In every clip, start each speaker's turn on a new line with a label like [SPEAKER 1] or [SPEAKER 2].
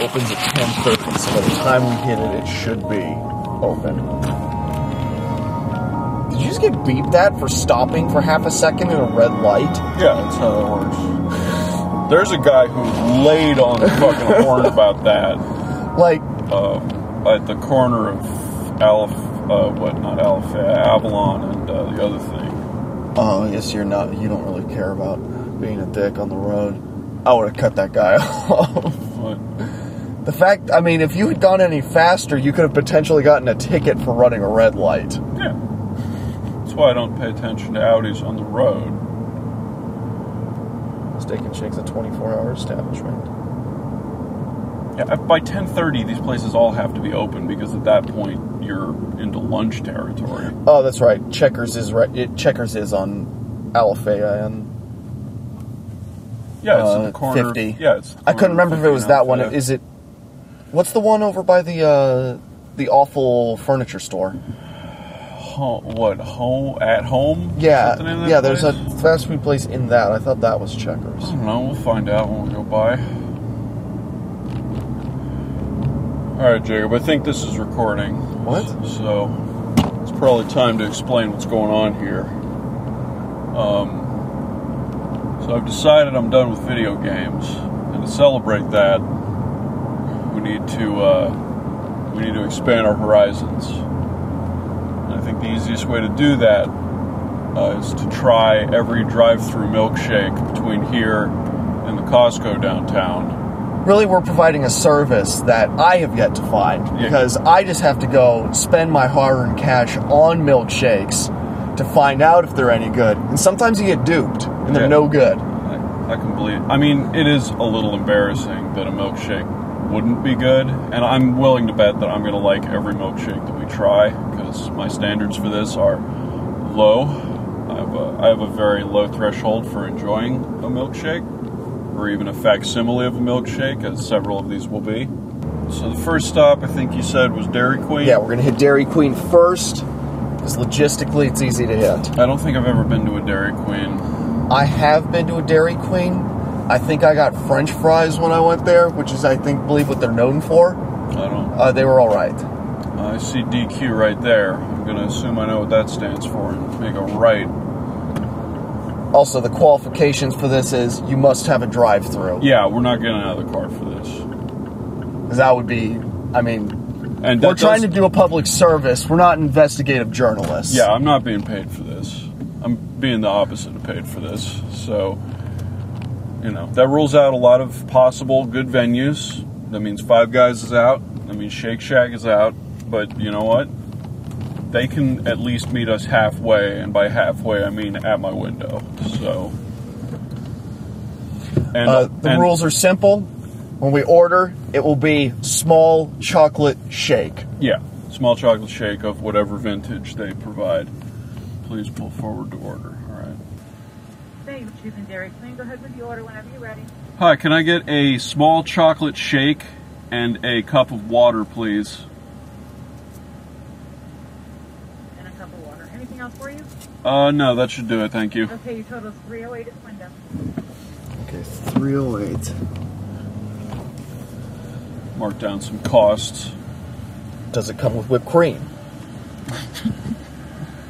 [SPEAKER 1] opens at 10.30, so by the time we hit it, it should be open.
[SPEAKER 2] Did you just get beeped at for stopping for half a second in a red light?
[SPEAKER 1] Yeah, that's how that works. There's a guy who laid on the fucking horn about that
[SPEAKER 2] Like,
[SPEAKER 1] uh, at the corner of Aleph, uh, what, not Aleph, Avalon and uh, the other thing.
[SPEAKER 2] oh, I guess you're not, you don't really care about being a dick on the road. I would have cut that guy off.
[SPEAKER 1] What?
[SPEAKER 2] The fact, I mean, if you had gone any faster, you could have potentially gotten a ticket for running a red light.
[SPEAKER 1] Yeah. That's why I don't pay attention to Audis on the road.
[SPEAKER 2] Steak and Shake's a 24 hour establishment.
[SPEAKER 1] Yeah, by 10.30, these places all have to be open because at that point, you're into lunch territory.
[SPEAKER 2] Oh, that's right. Checkers is right. It, Checkers is on Alafaya, and
[SPEAKER 1] Yeah, it's in
[SPEAKER 2] Uh,
[SPEAKER 1] the corner.
[SPEAKER 2] 50.
[SPEAKER 1] Yeah, it's. uh,
[SPEAKER 2] I couldn't remember if it was that one.
[SPEAKER 1] Yeah.
[SPEAKER 2] Is it? What's the one over by the uh, the awful furniture store?
[SPEAKER 1] Ho- what home at home?
[SPEAKER 2] Yeah,
[SPEAKER 1] Something in that
[SPEAKER 2] yeah. There's a
[SPEAKER 1] place?
[SPEAKER 2] fast food place in that. I thought that was Checkers.
[SPEAKER 1] I don't know. We'll find out when we go by. All right, Jacob. I think this is recording.
[SPEAKER 2] What?
[SPEAKER 1] So it's probably time to explain what's going on here. Um, so I've decided I'm done with video games, and to celebrate that, we need to uh, we need to expand our horizons. And I think the easiest way to do that uh, is to try every drive-through milkshake between here and the Costco downtown.
[SPEAKER 2] Really, we're providing a service that I have yet to find
[SPEAKER 1] Yeah.
[SPEAKER 2] because I just have to go spend my hard-earned cash on milkshakes to find out if they're any good. And sometimes you get duped, and they're
[SPEAKER 1] Yeah.
[SPEAKER 2] no good.
[SPEAKER 1] I, I can believe. I mean, it is a little embarrassing that a milkshake wouldn't be good, and I'm willing to bet that I'm going to like every milkshake that we try because my standards for this are low. I have a, I have a very low threshold for enjoying a milkshake, or even a facsimile of a milkshake, as several of these will be. So the first stop, I think you said, was Dairy Queen.
[SPEAKER 2] Yeah, we're gonna hit Dairy Queen first because logistically it's easy to hit.
[SPEAKER 1] I don't think I've ever been to a Dairy Queen.
[SPEAKER 2] I have been to a Dairy Queen. I think I got French fries when I went there, which is I think believe what they're known for.
[SPEAKER 1] I don't.
[SPEAKER 2] Uh, they were all right.
[SPEAKER 1] Uh, I see DQ right there. I'm gonna assume I know what that stands for and make a right.
[SPEAKER 2] Also, the qualifications for this is you must have a drive-through.
[SPEAKER 1] Yeah, we're not getting out of the car for this.
[SPEAKER 2] Because that would be, I mean,
[SPEAKER 1] And that
[SPEAKER 2] we're trying
[SPEAKER 1] does-
[SPEAKER 2] to do a public service. We're not investigative journalists.
[SPEAKER 1] Yeah, I'm not being paid for this. I'm being the opposite of paid for this. So, you know, that rules out a lot of possible good venues. That means Five Guys is out. That means Shake Shack is out. But you know what? They can at least meet us halfway, and by halfway, I mean at my window. So. And,
[SPEAKER 2] Uh, the
[SPEAKER 1] and-
[SPEAKER 2] rules are simple. When we order, it will be small chocolate shake.
[SPEAKER 1] Yeah, small chocolate shake of whatever vintage they provide. Please pull forward to order. All right.
[SPEAKER 3] Thank you, Chief and Dairy Queen. Go ahead with the order whenever you're ready.
[SPEAKER 1] Hi, can I get a small chocolate shake and a cup of water, please?
[SPEAKER 3] And a cup of water. Anything else for you?
[SPEAKER 1] Uh, no, that should do it. Thank you.
[SPEAKER 3] Okay, your total is 308 at the window.
[SPEAKER 2] Okay, 308.
[SPEAKER 1] Mark down some costs.
[SPEAKER 2] Does it come with whipped cream?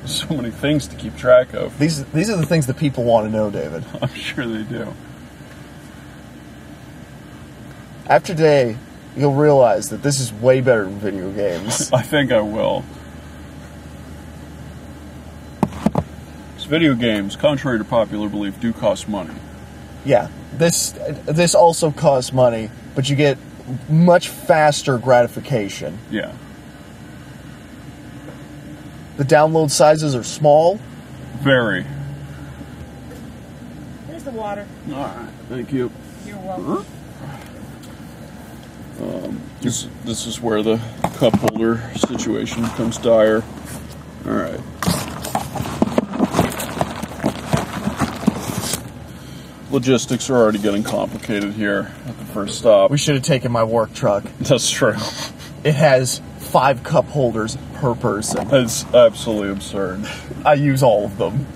[SPEAKER 1] So many things to keep track of.
[SPEAKER 2] These these are the things that people want to know, David.
[SPEAKER 1] I'm sure they do.
[SPEAKER 2] After today, you'll realize that this is way better than video games.
[SPEAKER 1] I think I will. 'Cause Video games, contrary to popular belief, do cost money.
[SPEAKER 2] yeah, this this also costs money, but you get much faster gratification.
[SPEAKER 1] Yeah.
[SPEAKER 2] The download sizes are small.
[SPEAKER 1] Very.
[SPEAKER 3] Here's the water.
[SPEAKER 1] All right. Thank you.
[SPEAKER 3] You're welcome.
[SPEAKER 1] Um, this, this is where the cup holder situation becomes dire. All right. Logistics are already getting complicated here at the first stop.
[SPEAKER 2] We should have taken my work truck.
[SPEAKER 1] That's true.
[SPEAKER 2] It has five cup holders per person.
[SPEAKER 1] That's absolutely absurd.
[SPEAKER 2] I use all of them.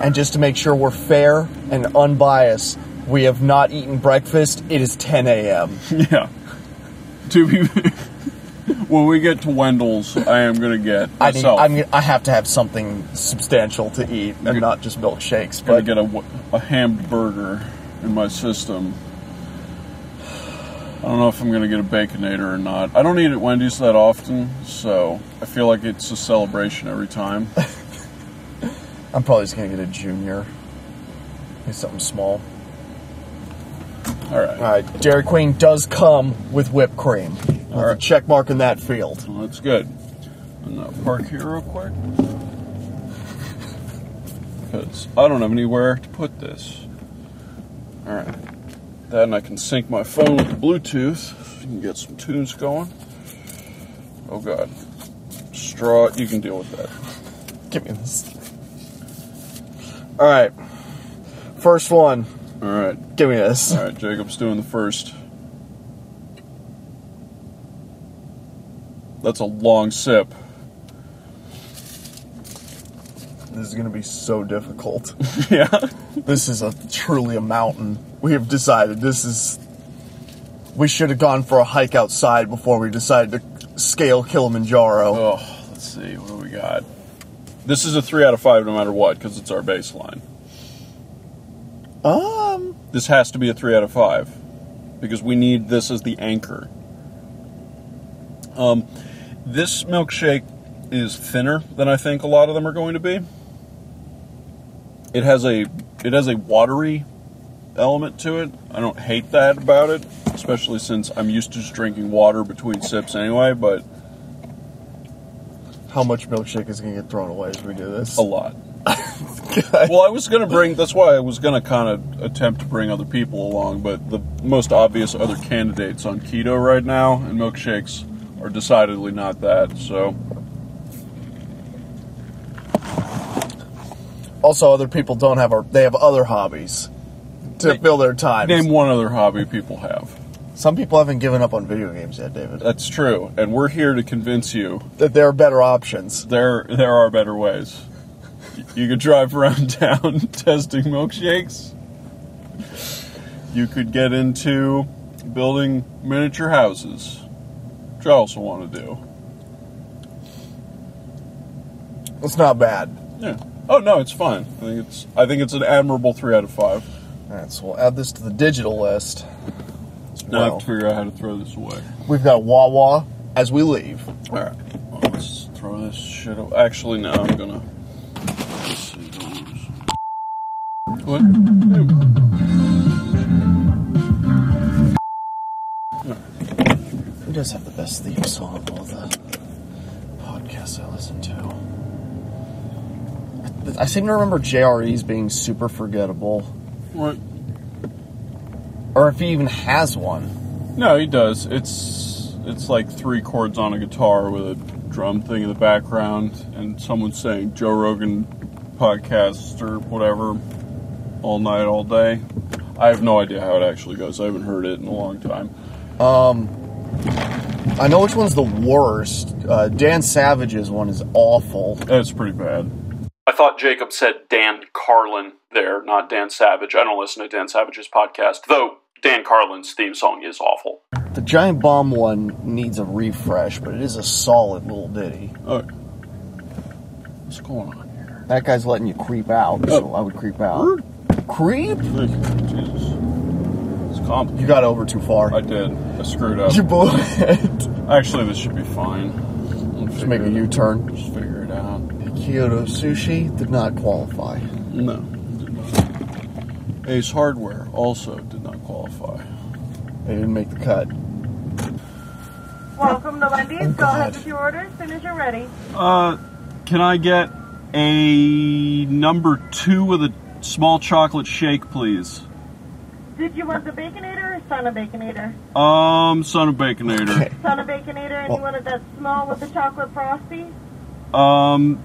[SPEAKER 2] And just to make sure we're fair and unbiased, We have not eaten breakfast. It is 10 a.m.
[SPEAKER 1] Yeah. To be when we get to Wendell's, I am gonna get
[SPEAKER 2] I need,
[SPEAKER 1] myself.
[SPEAKER 2] I'm, I have to have something substantial to eat and not just milkshakes.
[SPEAKER 1] gonna
[SPEAKER 2] But
[SPEAKER 1] get a, w- a hammed burger in my system. I don't know if I'm gonna get a baconator or not. I don't eat at Wendy's that often, so I feel like it's a celebration every time.
[SPEAKER 2] I'm probably just gonna get a junior. Get something small.
[SPEAKER 1] All right,
[SPEAKER 2] All right, Dairy Queen does come with whipped cream. All
[SPEAKER 1] All
[SPEAKER 2] right,
[SPEAKER 1] right.
[SPEAKER 2] check mark in that field.
[SPEAKER 1] well, that's good. I'm gonna park here real quick because I don't have anywhere to put this. All right, then I can sync my phone with the Bluetooth. You can get some tunes going. Oh God, straw. You can deal with that.
[SPEAKER 2] Give me this. All right, first one.
[SPEAKER 1] All right,
[SPEAKER 2] Give me this.
[SPEAKER 1] all right. Jacob's doing the first. That's a long sip.
[SPEAKER 2] This is gonna be so difficult.
[SPEAKER 1] yeah.
[SPEAKER 2] this is a truly a mountain. We have decided this is. We should have gone for a hike outside before we decided to scale Kilimanjaro.
[SPEAKER 1] Oh, let's see. What do we got? This is a three out of five, no matter what, because it's our baseline.
[SPEAKER 2] Um,
[SPEAKER 1] This has to be a three out of five, because we need this as the anchor. Um, this milkshake is thinner than I think a lot of them are going to be. It has a it has a watery element to it. I don't hate that about it, especially since I'm used to just drinking water between sips anyway. But
[SPEAKER 2] how much milkshake is gonna get thrown away as we do this?
[SPEAKER 1] a lot. well, I was gonna bring. That's why I was gonna kind of attempt to bring other people along, but the most obvious other candidates on keto right now and milkshakes are decidedly not that. So
[SPEAKER 2] Also, other people don't have our. They have other hobbies to
[SPEAKER 1] Name-
[SPEAKER 2] fill their time.
[SPEAKER 1] name one other hobby people have.
[SPEAKER 2] Some people haven't given up on video games yet, David.
[SPEAKER 1] That's true, and we're here to convince you
[SPEAKER 2] That there are better options.
[SPEAKER 1] there there are better ways. You could drive around town testing milkshakes. You could get into building miniature houses, which I also want to do.
[SPEAKER 2] It's not bad.
[SPEAKER 1] Yeah. Oh no, it's fine. I think it's I think it's an admirable three out of five.
[SPEAKER 2] All right, so we'll add this to the digital list. as
[SPEAKER 1] Now I have
[SPEAKER 2] well.
[SPEAKER 1] to figure out how to throw this away.
[SPEAKER 2] We've got Wawa as we leave.
[SPEAKER 1] All right. Well, let's throw this shit away. Actually, no, I'm gonna. let's see, What?
[SPEAKER 2] Who does have the best theme song of all the podcasts I listen to? I I seem to remember JRE's being super forgettable,
[SPEAKER 1] What?
[SPEAKER 2] or if he even has one.
[SPEAKER 1] No, he does. It's it's like three chords on a guitar with a drum thing in the background, and someone saying Joe Rogan podcast or whatever all night, all day. I have no idea how it actually goes. I haven't heard it in a long time.
[SPEAKER 2] I know which one's the worst. Uh, Dan Savage's one is awful.
[SPEAKER 1] That's pretty bad. I thought Jacob said Dan Carlin there, not Dan Savage. I don't listen to Dan Savage's podcast, though Dan Carlin's theme song is awful.
[SPEAKER 2] The Giant Bomb one needs a refresh, but it is a solid little ditty.
[SPEAKER 1] Oh, What's going on here?
[SPEAKER 2] That guy's letting you creep out, so I would creep out. Oh. Creep?
[SPEAKER 1] Jesus. It's
[SPEAKER 2] You
[SPEAKER 1] complicated.
[SPEAKER 2] got over too
[SPEAKER 1] I
[SPEAKER 2] far.
[SPEAKER 1] did. I screwed up.
[SPEAKER 2] You blew
[SPEAKER 1] Actually, this should be fine. We'll
[SPEAKER 2] Just make a
[SPEAKER 1] figure it-
[SPEAKER 2] U-turn.
[SPEAKER 1] Just figure it out.
[SPEAKER 2] Kyoto Sushi did not qualify.
[SPEAKER 1] No. did not. Ace Hardware also did not qualify.
[SPEAKER 2] They didn't make the cut.
[SPEAKER 3] Welcome to
[SPEAKER 2] Oh,
[SPEAKER 3] Wendy's. Go
[SPEAKER 2] God.
[SPEAKER 3] ahead with your order as soon as you're ready.
[SPEAKER 1] Uh, can I get a number two with a small chocolate shake, please?
[SPEAKER 3] Did you want the Baconator or Son of Baconator?
[SPEAKER 1] Um, son of baconator.
[SPEAKER 2] Okay.
[SPEAKER 3] Son of Baconator, and
[SPEAKER 2] Well-
[SPEAKER 3] you wanted that small with the chocolate frosty?
[SPEAKER 1] Um,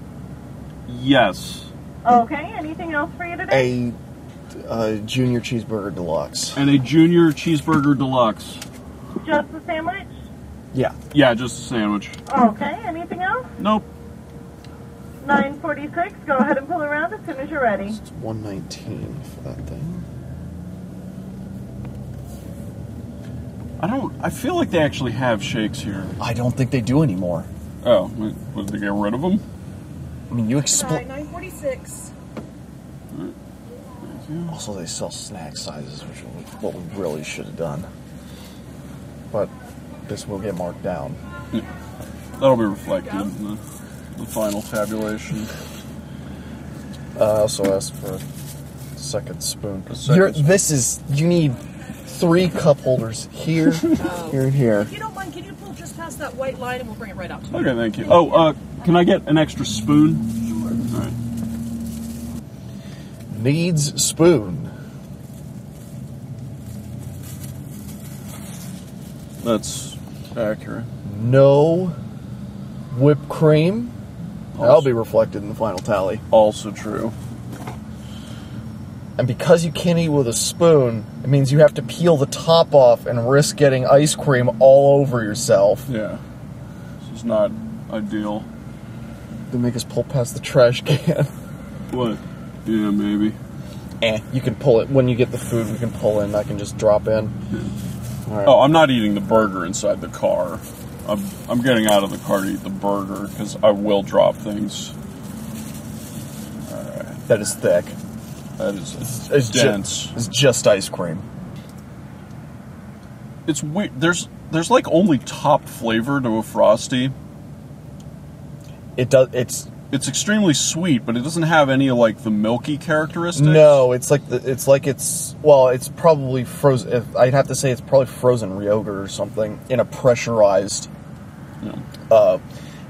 [SPEAKER 1] yes,
[SPEAKER 3] Okay, anything else for you
[SPEAKER 2] A
[SPEAKER 3] today?
[SPEAKER 2] uh, junior cheeseburger deluxe.
[SPEAKER 1] and a junior cheeseburger deluxe.
[SPEAKER 3] Just the sandwich?
[SPEAKER 2] Yeah.
[SPEAKER 1] Yeah, just a sandwich.
[SPEAKER 3] Okay, anything else?
[SPEAKER 1] Nope.
[SPEAKER 3] 946, go ahead and pull around as soon as you're ready.
[SPEAKER 2] It's 119 for that thing.
[SPEAKER 1] I don't. I feel like they actually have shakes here.
[SPEAKER 2] I don't think they do anymore.
[SPEAKER 1] Oh, w- what, did they get rid of them?
[SPEAKER 2] I mean, you
[SPEAKER 4] Sorry,
[SPEAKER 2] explain.
[SPEAKER 4] 946.
[SPEAKER 2] Also, they sell snack sizes, which is what we really should have done. But this will get marked down.
[SPEAKER 1] That'll be reflected in the, the final tabulation.
[SPEAKER 2] Uh, I also asked for a second spoon.
[SPEAKER 1] A second
[SPEAKER 2] You're-
[SPEAKER 1] spoon.
[SPEAKER 2] This is you need three cup holders here, here, and here.
[SPEAKER 4] If you don't mind, can you pull just past that white line and we'll bring it right up to you?
[SPEAKER 1] Okay, thank you. Oh, uh, can I get an extra spoon? All right.
[SPEAKER 2] Needs spoon.
[SPEAKER 1] That's accurate.
[SPEAKER 2] No whipped cream. That'll be reflected in the final tally.
[SPEAKER 1] Also true.
[SPEAKER 2] And because you can't eat with a spoon, it means you have to peel the top off and risk getting ice cream all over yourself.
[SPEAKER 1] Yeah. This is not ideal.
[SPEAKER 2] They make us pull past the trash can.
[SPEAKER 1] What? Yeah, maybe.
[SPEAKER 2] eh, you can pull it when you get the food. We can pull in. I can just drop in. All right.
[SPEAKER 1] Oh, I'm not eating the burger inside the car. I'm, I'm getting out of the car to eat the burger because I will drop things.
[SPEAKER 2] That is thick.
[SPEAKER 1] That is
[SPEAKER 2] It's ju-
[SPEAKER 1] dense.
[SPEAKER 2] it's just ice cream.
[SPEAKER 1] it's weird. There's there's like only top flavor to a frosty.
[SPEAKER 2] It does. It's
[SPEAKER 1] It's extremely sweet, but it doesn't have any like the milky characteristics.
[SPEAKER 2] no. It's like the, it's like it's well. It's probably frozen. If, I'd have to say it's probably frozen yogurt or something in a pressurized,
[SPEAKER 1] Yeah.
[SPEAKER 2] uh,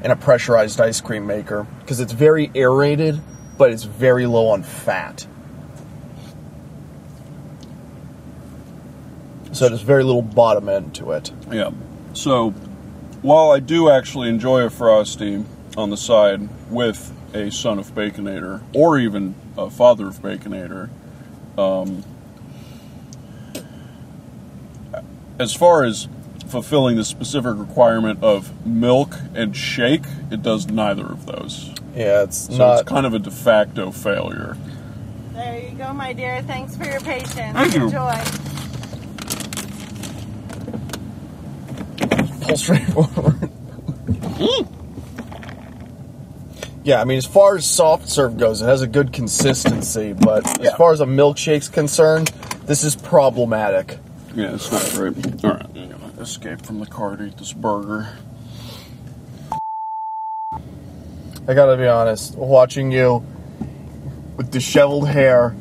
[SPEAKER 2] in a pressurized ice cream maker because it's very aerated, but it's very low on fat. So there's very little bottom end to it.
[SPEAKER 1] Yeah. So, while I do actually enjoy a frosty on the side with a son of Baconator or even a father of Baconator, um, as far as fulfilling the specific requirement of milk and shake, it does neither of those.
[SPEAKER 2] Yeah, it's
[SPEAKER 1] So
[SPEAKER 2] not.
[SPEAKER 1] it's kind of a de facto failure.
[SPEAKER 5] There you go, my dear. Thanks for your patience.
[SPEAKER 1] Thank you.
[SPEAKER 5] Enjoy.
[SPEAKER 2] pull straight forward. yeah, I mean, as far as soft serve goes, it has a good consistency, but as
[SPEAKER 1] Yeah.
[SPEAKER 2] far as a milkshake's concerned, this is problematic.
[SPEAKER 1] Yeah, it's not great. All right, I'm gonna escape from the car to eat this burger.
[SPEAKER 2] I gotta be honest, watching you with disheveled hair,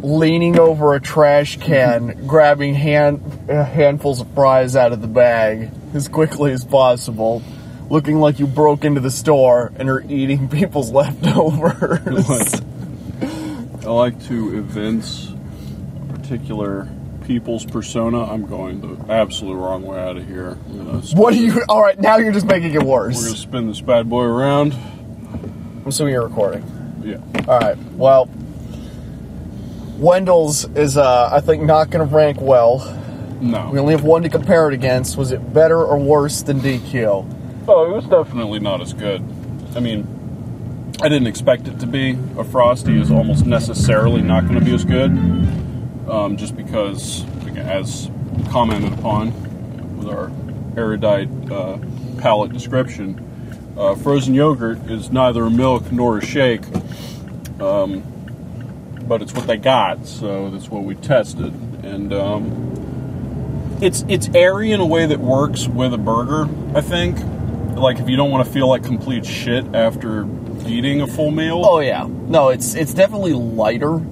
[SPEAKER 2] leaning over a trash can, grabbing hand, uh, handfuls of fries out of the bag as quickly as possible. Looking like you broke into the store and are eating people's leftovers.
[SPEAKER 1] I like to evince a particular people's persona. I'm going the absolute wrong way out of here. I'm gonna spin-
[SPEAKER 2] What are you? All right, now you're just making it
[SPEAKER 1] We're gonna
[SPEAKER 2] worse.
[SPEAKER 1] spin this bad boy around.
[SPEAKER 2] I'm assuming you're recording.
[SPEAKER 1] Yeah.
[SPEAKER 2] All right. Well, Wendell's is, uh, I think, not going to rank well.
[SPEAKER 1] No.
[SPEAKER 2] We only have one to compare it against. Was it better or worse than DQ?
[SPEAKER 1] Oh, it was definitely not as good. I mean, I didn't expect it to be. A frosty is almost necessarily not going to be as good, um, just because, again, as commented upon with our erudite uh, palate description, uh, frozen yogurt is neither a milk nor a shake, um, but it's what they got, so that's what we tested, and. Um, it's it's airy in a way that works with a burger. I think, like if you don't want to feel like complete shit after eating a full meal.
[SPEAKER 2] Oh yeah. No, it's it's definitely lighter.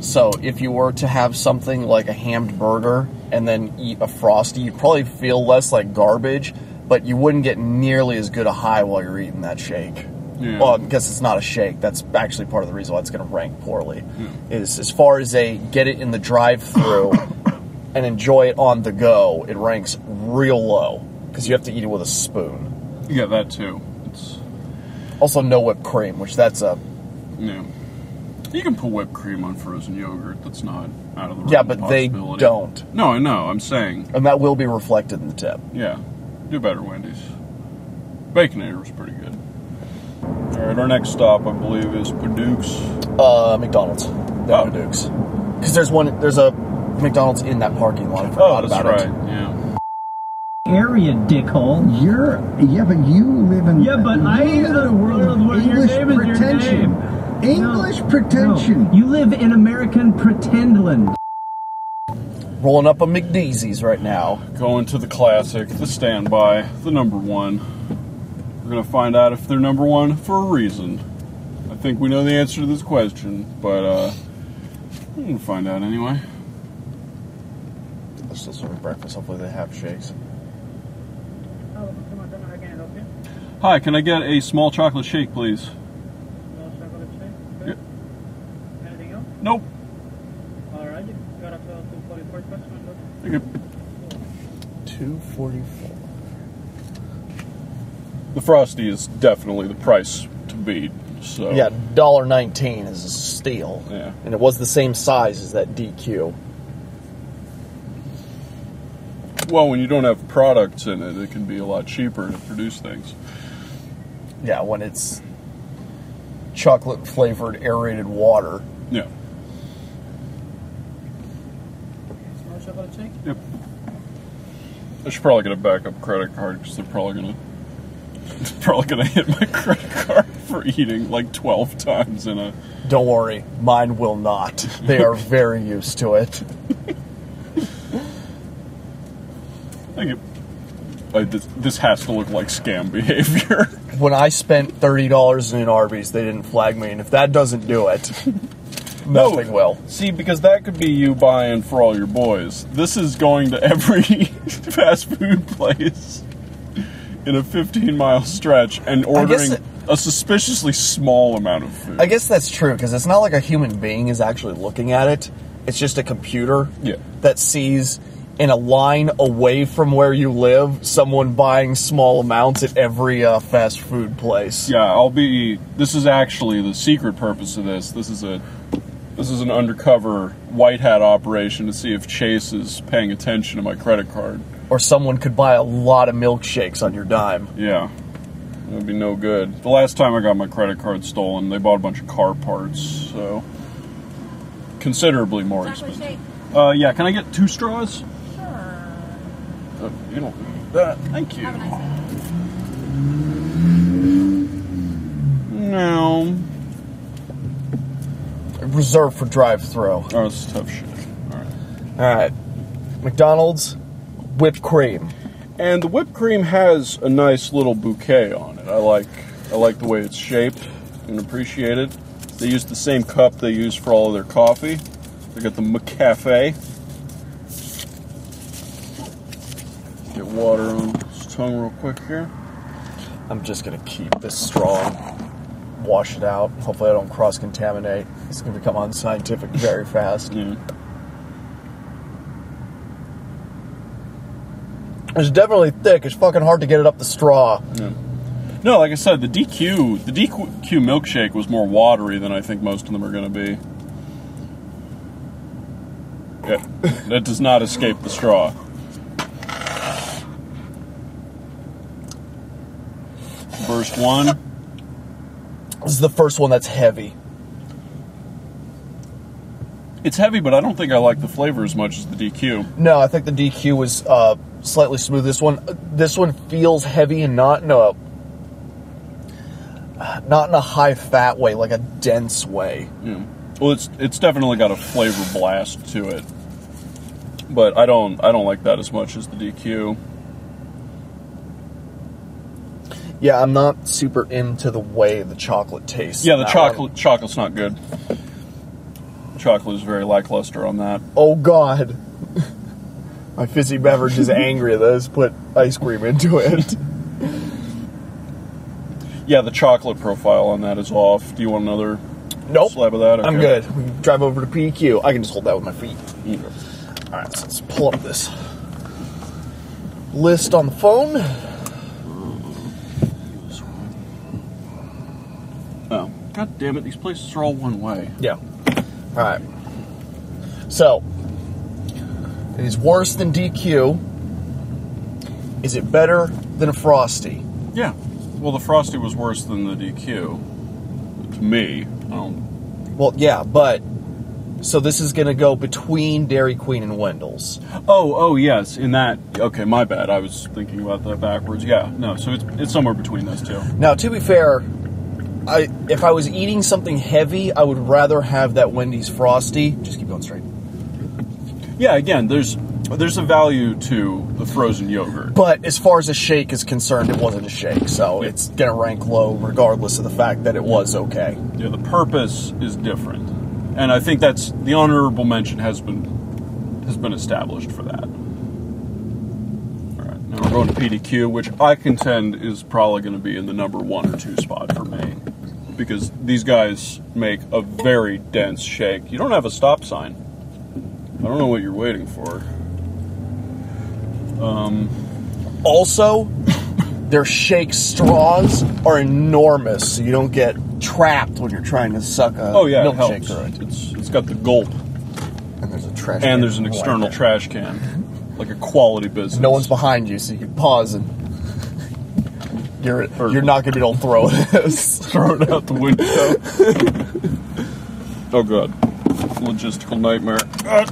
[SPEAKER 2] So if you were to have something like a hammed burger and then eat a frosty, you'd probably feel less like garbage, but you wouldn't get nearly as good a high while you're eating that shake.
[SPEAKER 1] Yeah.
[SPEAKER 2] Well, because it's not a shake. That's actually part of the reason why it's going to rank poorly. Is as far as a get it in the drive-through and enjoy it on the go, it ranks real low because you have to eat it with a spoon.
[SPEAKER 1] yeah, that too. It's
[SPEAKER 2] Also, no whipped cream, which that's a
[SPEAKER 1] yeah. You can put whipped cream on frozen yogurt. That's not out of the
[SPEAKER 2] Yeah,
[SPEAKER 1] realm of
[SPEAKER 2] but they
[SPEAKER 1] possibility.
[SPEAKER 2] don't.
[SPEAKER 1] No, I know. I'm saying,
[SPEAKER 2] and that will be reflected in the tip.
[SPEAKER 1] yeah, do better, Wendy's. Baconator was pretty good. All right, our next stop, I believe, is Paduke's.
[SPEAKER 2] Uh, McDonald's,
[SPEAKER 1] Oh.
[SPEAKER 2] not Dukes, because there's one. There's a McDonald's in that parking lot. I forgot
[SPEAKER 1] Oh, that's
[SPEAKER 2] about
[SPEAKER 1] right.
[SPEAKER 2] it.
[SPEAKER 1] Yeah.
[SPEAKER 6] area, dickhole.
[SPEAKER 7] You're yeah, but you live in
[SPEAKER 6] Yeah, but I
[SPEAKER 7] you
[SPEAKER 6] live
[SPEAKER 7] live in a world of
[SPEAKER 6] where your
[SPEAKER 7] English
[SPEAKER 6] name is your
[SPEAKER 7] pretension.
[SPEAKER 6] name.
[SPEAKER 7] English
[SPEAKER 6] No,
[SPEAKER 7] pretension.
[SPEAKER 6] no. You live in American pretendland.
[SPEAKER 2] Rolling up a McDaisies right now.
[SPEAKER 1] Going to the classic, the standby, the number one. We're gonna find out if they're number one for a reason. I think we know the answer to this question, but uh, we're gonna find out anyway.
[SPEAKER 2] They're still serving breakfast. Hopefully they have shakes.
[SPEAKER 1] Hi, can I get a small chocolate shake, please? Yep.
[SPEAKER 8] Anything else?
[SPEAKER 1] Nope.
[SPEAKER 8] All right, you got up to 244 customer. number.
[SPEAKER 1] Thank you.
[SPEAKER 2] Two forty-four.
[SPEAKER 1] The frosty is definitely the price to beat. So
[SPEAKER 2] Yeah, dollar nineteen is a steal.
[SPEAKER 1] Yeah.
[SPEAKER 2] and it was the same size as that DQ.
[SPEAKER 1] Well, when you don't have products in it, it can be a lot cheaper to produce things.
[SPEAKER 2] Yeah, when it's chocolate flavored aerated water.
[SPEAKER 1] Yeah.
[SPEAKER 8] Small chocolate shake?
[SPEAKER 1] Yep. I should probably get a backup credit card because they're probably gonna they're probably gonna hit my credit card for eating like twelve times in a.
[SPEAKER 2] Don't worry, mine will not. They are very used to it.
[SPEAKER 1] Thank you. Like this, this has to look like scam behavior.
[SPEAKER 2] When I spent thirty dollars in an Arby's, they didn't flag me, and if that doesn't do it, nothing will.
[SPEAKER 1] See, because that could be you buying for all your boys. This is going to every fast food place in a 15 mile stretch and ordering
[SPEAKER 2] it-
[SPEAKER 1] a suspiciously small amount of food.
[SPEAKER 2] I guess that's true because it's not like a human being is actually looking at it. It's just a computer
[SPEAKER 1] Yeah.
[SPEAKER 2] that sees in a line away from where you live someone buying small amounts at every uh, fast food place.
[SPEAKER 1] yeah, I'll be. This is actually the secret purpose of this. This is a. This is an undercover white hat operation to see if Chase is paying attention to my credit card.
[SPEAKER 2] Or someone could buy a lot of milkshakes on your dime.
[SPEAKER 1] Yeah. It would be no good. The last time I got my credit card stolen, they bought a bunch of car parts, so considerably more
[SPEAKER 4] Chocolate
[SPEAKER 1] expensive.
[SPEAKER 4] shake.
[SPEAKER 1] Uh, yeah, can I get two straws?
[SPEAKER 4] Sure.
[SPEAKER 1] Uh, you don't need that. Thank you.
[SPEAKER 4] Have a nice day.
[SPEAKER 1] No.
[SPEAKER 2] Reserved for drive through.
[SPEAKER 1] Oh, this is tough shit. All right.
[SPEAKER 2] Alright. McDonald's, whipped cream.
[SPEAKER 1] And the whipped cream has a nice little bouquet on it. I like I like the way it's shaped and appreciate it. They use the same cup they use for all of their coffee. They got the McCafe. Get water on his tongue real quick here.
[SPEAKER 2] I'm just gonna keep this strong. Wash it out. Hopefully I don't cross contaminate. It's gonna become unscientific very fast.
[SPEAKER 1] Yeah.
[SPEAKER 2] It's definitely thick. It's fucking hard to get it up the straw.
[SPEAKER 1] No, like I said, the DQ the DQ milkshake was more watery than I think most of them are going to be. Yeah, that does not escape the straw. First one.
[SPEAKER 2] This is the first one that's heavy.
[SPEAKER 1] It's heavy, but I don't think I like the flavor as much as the DQ.
[SPEAKER 2] No, I think the DQ was uh, slightly smooth. This one, this one feels heavy and not in a not in a high fat way, like a dense way.
[SPEAKER 1] Yeah. Well, it's it's definitely got a flavor blast to it, but I don't I don't like that as much as the DQ.
[SPEAKER 2] Yeah, I'm not super into the way the chocolate tastes.
[SPEAKER 1] Yeah,
[SPEAKER 2] in
[SPEAKER 1] the
[SPEAKER 2] that
[SPEAKER 1] chocolate
[SPEAKER 2] one.
[SPEAKER 1] chocolate's not good. Chocolate is very lackluster on that.
[SPEAKER 2] Oh God, my fizzy beverage is angry at this. Put ice cream into it.
[SPEAKER 1] Yeah, the chocolate profile on that is off. Do you want another
[SPEAKER 2] nope,
[SPEAKER 1] slab of that?
[SPEAKER 2] I'm
[SPEAKER 1] Okay.
[SPEAKER 2] good. We can drive over to PQ. I can just hold that with my feet. All right, so let's pull up this list on the phone.
[SPEAKER 1] Oh. God damn it, these places are all one way.
[SPEAKER 2] Yeah. All right. So, it is worse than DQ. Is it better than a Frosty?
[SPEAKER 1] Yeah. Well, the Frosty was worse than the DQ. To me. um, I don't.
[SPEAKER 2] Well, yeah, but So this is going to go between Dairy Queen and Wendell's.
[SPEAKER 1] Oh, oh yes, in that. Okay, my bad. I was thinking about that backwards. Yeah, no. So it's it's somewhere between those two.
[SPEAKER 2] Now, to be fair, I if I was eating something heavy, I would rather have that Wendy's Frosty. Just keep going straight.
[SPEAKER 1] Yeah, again, there's there's a value to the frozen yogurt.
[SPEAKER 2] But as far as a shake is concerned, it wasn't a shake, so it's going to rank low regardless of the fact that it was okay.
[SPEAKER 1] Yeah, the purpose is different, and I think that's the honorable mention has been has been established for that. All right, now we're going to PDQ, which I contend is probably going to be in the number one or two spot for me, because these guys make a very dense shake. You don't have a stop sign. I don't know what you're waiting for.
[SPEAKER 2] Also, their shake straws are enormous, so you don't get trapped when you're trying to suck a
[SPEAKER 1] Oh yeah, it
[SPEAKER 2] milkshake
[SPEAKER 1] helps.
[SPEAKER 2] through it.
[SPEAKER 1] It's it's got the gulp,
[SPEAKER 2] And there's a trash. can
[SPEAKER 1] and there's an
[SPEAKER 2] right
[SPEAKER 1] external
[SPEAKER 2] there.
[SPEAKER 1] trash can, like a quality business.
[SPEAKER 2] No one's behind you, so you can pause and you're
[SPEAKER 1] Or-
[SPEAKER 2] you're not gonna be able to throw it.
[SPEAKER 1] throw it out the window. oh god, logistical nightmare. Ah.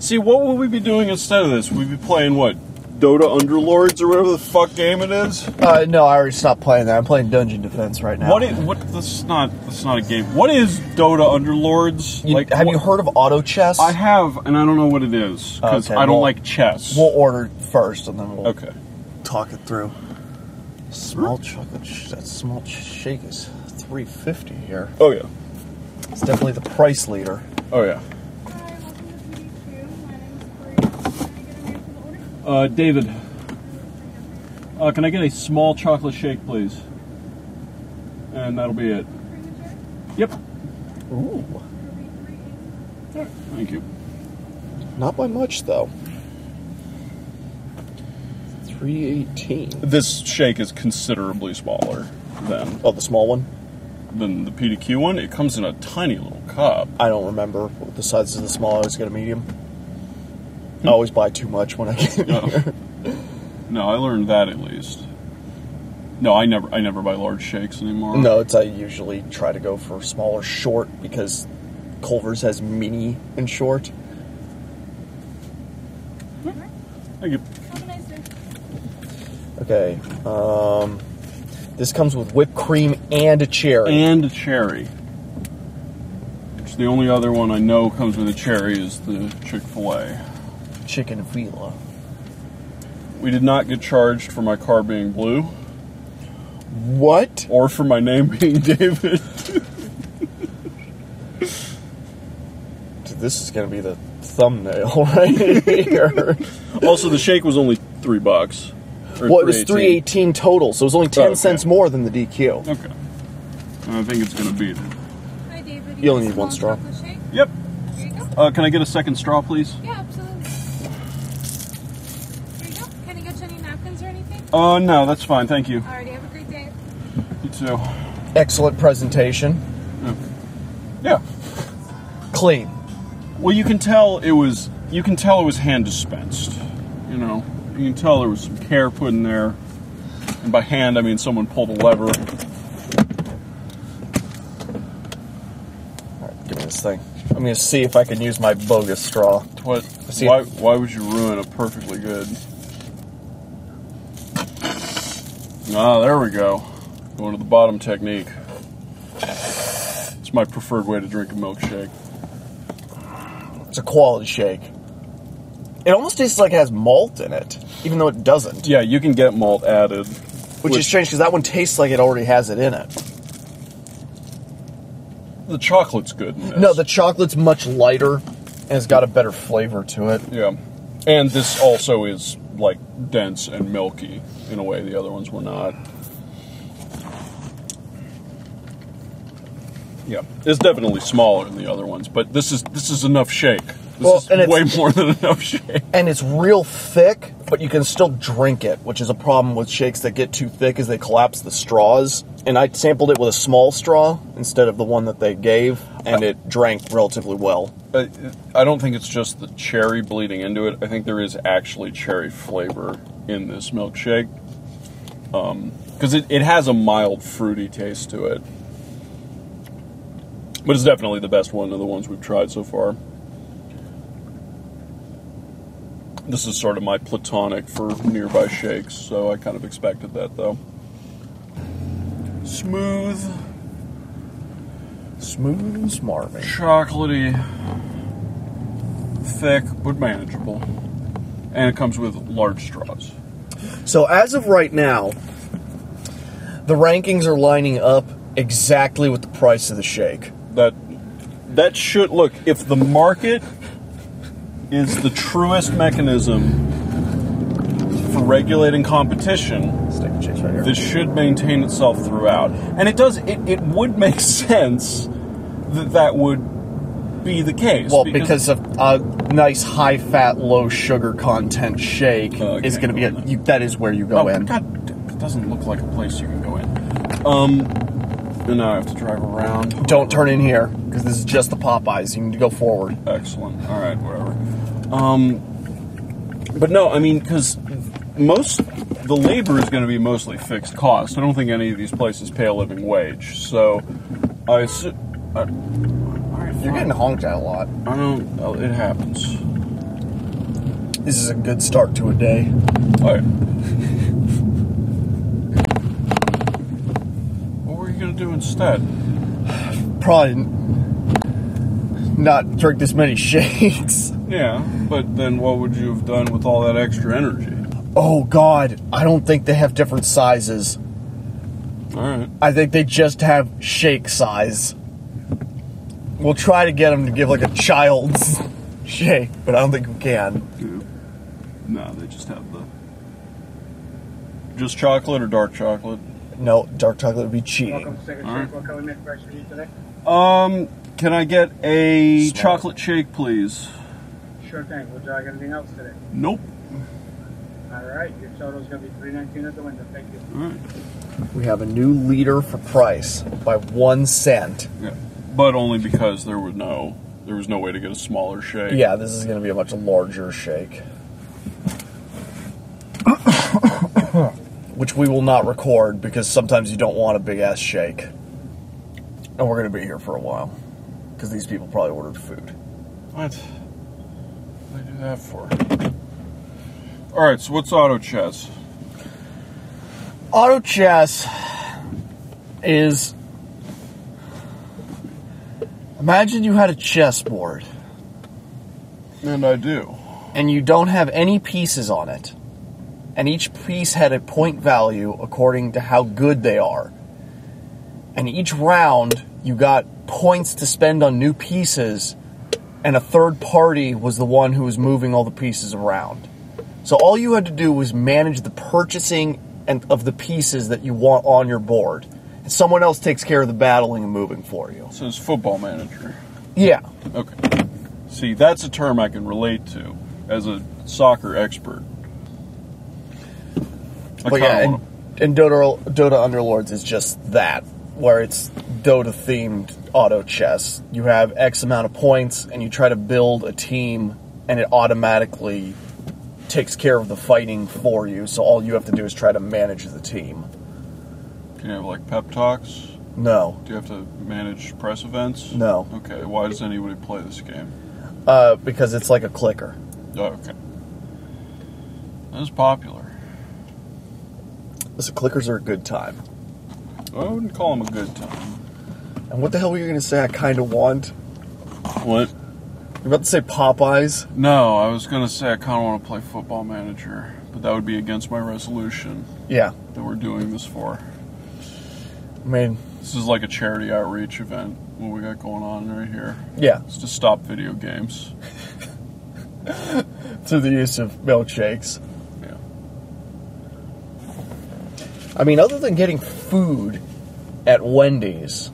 [SPEAKER 1] See, what would we be doing instead of this? We'd be playing what? Dota Underlords or whatever the fuck game it is.
[SPEAKER 2] uh, no, I already stopped playing that. I'm playing Dungeon Defense right now.
[SPEAKER 1] What? Is, what? This is not. This is not a game. What is Dota Underlords?
[SPEAKER 2] You- have you
[SPEAKER 1] what-
[SPEAKER 2] heard of auto chess?
[SPEAKER 1] I have, and I don't know what it is because
[SPEAKER 2] Okay,
[SPEAKER 1] I don't
[SPEAKER 2] well-
[SPEAKER 1] like chess.
[SPEAKER 2] We'll order first, and then we'll
[SPEAKER 1] okay. Hmm?
[SPEAKER 2] talk it through. Small chocolate. Sh- that small shake is three fifty here.
[SPEAKER 1] Oh yeah.
[SPEAKER 2] It's definitely the price leader.
[SPEAKER 1] Oh yeah.
[SPEAKER 5] Hi, welcome to PD2. My name is Bree. Can I get a name for the order?
[SPEAKER 1] Uh, David, uh, can I get a small chocolate shake, please? And that'll be it. Yep.
[SPEAKER 2] Ooh,
[SPEAKER 1] Thank you.
[SPEAKER 2] not by much though. Three eighteen.
[SPEAKER 1] This shake is considerably smaller than
[SPEAKER 2] Oh, the small one.
[SPEAKER 1] than the PDQ one. It comes in a tiny little cup.
[SPEAKER 2] I don't remember what the size of the small. I always get a medium. I always buy too much when I get
[SPEAKER 1] No.
[SPEAKER 2] here.
[SPEAKER 1] No, I learned that at least. No, I never I never buy large shakes anymore.
[SPEAKER 2] No, it's I usually try to go for smaller short because Culver's has mini and short.
[SPEAKER 1] Thank you.
[SPEAKER 5] Have a nice day.
[SPEAKER 2] Okay. Um, this comes with whipped cream and a cherry.
[SPEAKER 1] And a cherry. Which the only other one I know comes with a cherry is the Chick Fil A. Mm.
[SPEAKER 2] chicken vila.
[SPEAKER 1] We did not get charged for my car being blue
[SPEAKER 2] What?
[SPEAKER 1] or for my name being David.
[SPEAKER 2] Dude, this is gonna be the thumbnail right here.
[SPEAKER 1] also, the shake was only three bucks. or
[SPEAKER 2] well, it was
[SPEAKER 1] 3.18.
[SPEAKER 2] 318 total, so it was only 10
[SPEAKER 1] Oh, okay.
[SPEAKER 2] cents more than the DQ.
[SPEAKER 1] Okay. I think it's gonna beat it.
[SPEAKER 5] Hi, David.
[SPEAKER 2] You only need one straw.
[SPEAKER 5] chocolate shake?
[SPEAKER 1] Yep.
[SPEAKER 5] Here you go.
[SPEAKER 1] Uh, can I get a second straw, please?
[SPEAKER 5] Yeah, absolutely. Here you go. Can I get you any napkins or anything?
[SPEAKER 1] Oh, no, that's fine. Thank you.
[SPEAKER 5] Alrighty, have a great day.
[SPEAKER 1] You too.
[SPEAKER 2] Excellent presentation.
[SPEAKER 1] Yeah.
[SPEAKER 2] Clean.
[SPEAKER 1] Well, you can tell it was you can tell it was hand dispensed. You know, you can tell there was some care put in there, and by hand I mean someone pulled a lever.
[SPEAKER 2] Alright, give me this thing. I'm gonna see if I can use my bogus straw.
[SPEAKER 1] What?
[SPEAKER 2] See-
[SPEAKER 1] Why? Why would you ruin a perfectly good? Ah, there we go. Going to the bottom technique. It's my preferred way to drink a milkshake.
[SPEAKER 2] It's a quality shake. It almost tastes like it has malt in it, even though it doesn't.
[SPEAKER 1] Yeah, you can get malt added.
[SPEAKER 2] Which, is strange because that one tastes like it already has it in it.
[SPEAKER 1] the chocolate's good. In this.
[SPEAKER 2] No, the chocolate's much lighter and it's got a better flavor to it.
[SPEAKER 1] yeah, and this also is like dense and milky in a way the other ones were not. Yeah, it's definitely smaller than the other ones, but this is this is enough shake. This
[SPEAKER 2] Well,
[SPEAKER 1] is
[SPEAKER 2] and it's-
[SPEAKER 1] way more than enough shake.
[SPEAKER 2] and it's real thick, but you can still drink it, which is a problem with shakes that get too thick is they collapse the straws. And I sampled it with a small straw instead of the one that they gave, and it drank relatively well.
[SPEAKER 1] I, I don't think it's just the cherry bleeding into it. I think there is actually cherry flavor in this milkshake. Um, Because it, it has a mild fruity taste to it. But it's definitely the best one of the ones we've tried so far. This is sort of my platonic for nearby shakes, so I kind of expected that though. Smooth,
[SPEAKER 2] Smooth as Marvin.
[SPEAKER 1] chocolatey, thick, but manageable. And it comes with large straws.
[SPEAKER 2] So as of right now, the rankings are lining up exactly with the price of the shake.
[SPEAKER 1] that that should look if the market is the truest mechanism for regulating competition
[SPEAKER 2] Steak and shakes right here.
[SPEAKER 1] this should maintain itself throughout and it does it, it would make sense that that would be the case
[SPEAKER 2] well, because of a nice high fat, low sugar content shake
[SPEAKER 1] Oh, okay.
[SPEAKER 2] is going to be a, you, that is where you go
[SPEAKER 1] oh,
[SPEAKER 2] in.
[SPEAKER 1] God, it doesn't look like a place you can go in um and now i have to drive around
[SPEAKER 2] Don't turn in here because this is just the Popeyes. You need to go forward.
[SPEAKER 1] Excellent. All right, whatever. Um, but no, I mean, because most the labor is going to be mostly fixed cost. I don't think any of these places pay a living wage. So I, assu- I all right,
[SPEAKER 2] You're
[SPEAKER 1] fine.
[SPEAKER 2] getting honked at a lot.
[SPEAKER 1] I don't. oh, It happens.
[SPEAKER 2] This is a good start to a day.
[SPEAKER 1] All right. What were you going to do instead?
[SPEAKER 2] Probably n- not drink this many shakes.
[SPEAKER 1] Yeah, but then what would you have done with all that extra energy?
[SPEAKER 2] Oh God, I don't think they have different sizes.
[SPEAKER 1] All right.
[SPEAKER 2] I think they just have shake size. We'll try to get them to give like a child's shake, but I don't think we can.
[SPEAKER 1] No, they just have the. Just chocolate or dark chocolate?
[SPEAKER 2] No, dark chocolate would be
[SPEAKER 8] Welcome
[SPEAKER 2] cheating.
[SPEAKER 8] to Second
[SPEAKER 1] All right.
[SPEAKER 8] Shake. What can we make for you today?
[SPEAKER 1] Um, can I get a
[SPEAKER 2] Small.
[SPEAKER 1] chocolate shake, please?
[SPEAKER 8] Sure thing. Would you like anything else today?
[SPEAKER 1] Nope.
[SPEAKER 8] All right. Your total's gonna be three nineteen at the window. Thank you.
[SPEAKER 1] All right.
[SPEAKER 2] We have a new leader for price by one cent.
[SPEAKER 1] Yeah, but only because there was no there was no way to get a smaller shake.
[SPEAKER 2] Yeah, this is going to be a much larger shake. Which we will not record because sometimes you don't want a big ass shake. And we're going to be here for a while because these people probably ordered food.
[SPEAKER 1] What? What do I do that for? All right. So what's auto chess?
[SPEAKER 2] Auto chess is. Imagine you had a chessboard
[SPEAKER 1] And I do.
[SPEAKER 2] and you don't have any pieces on it, and each piece had a point value according to how good they are. And each round, you got points to spend on new pieces, and a third party was the one who was moving all the pieces around. So all you had to do was manage the purchasing and of the pieces that you want on your board. And someone else takes care of the battling and moving for you.
[SPEAKER 1] It says football manager.
[SPEAKER 2] Yeah.
[SPEAKER 1] Okay. See, that's a term I can relate to as a soccer expert. I
[SPEAKER 2] but
[SPEAKER 1] kinda
[SPEAKER 2] yeah,
[SPEAKER 1] wanna-
[SPEAKER 2] and, and Dota Dota Underlords is just that, where it's Dota themed auto chess. You have X amount of points, and you try to build a team, and it automatically takes care of the fighting for you. So all you have to do is try to manage the team.
[SPEAKER 1] Can you have like pep talks?
[SPEAKER 2] No,
[SPEAKER 1] Do you have to manage press events?
[SPEAKER 2] No.
[SPEAKER 1] Okay. Why does anybody play this game?
[SPEAKER 2] uh, because it's like a clicker.
[SPEAKER 1] Oh, okay. That is popular.
[SPEAKER 2] Listen, clickers are a good time.
[SPEAKER 1] I wouldn't call them a good time.
[SPEAKER 2] And what the hell were you going to say? I kind of want.
[SPEAKER 1] What?
[SPEAKER 2] You're about to say Popeyes.
[SPEAKER 1] No, I was gonna say I kind of want to play Football Manager, but that would be against my resolution
[SPEAKER 2] Yeah,
[SPEAKER 1] that we're doing this for.
[SPEAKER 2] I mean,
[SPEAKER 1] This is like a charity outreach event. What we got going on right here?
[SPEAKER 2] yeah,
[SPEAKER 1] It's to stop video games.
[SPEAKER 2] through the use of milkshakes.
[SPEAKER 1] Yeah.
[SPEAKER 2] I mean, other than getting food at Wendy's,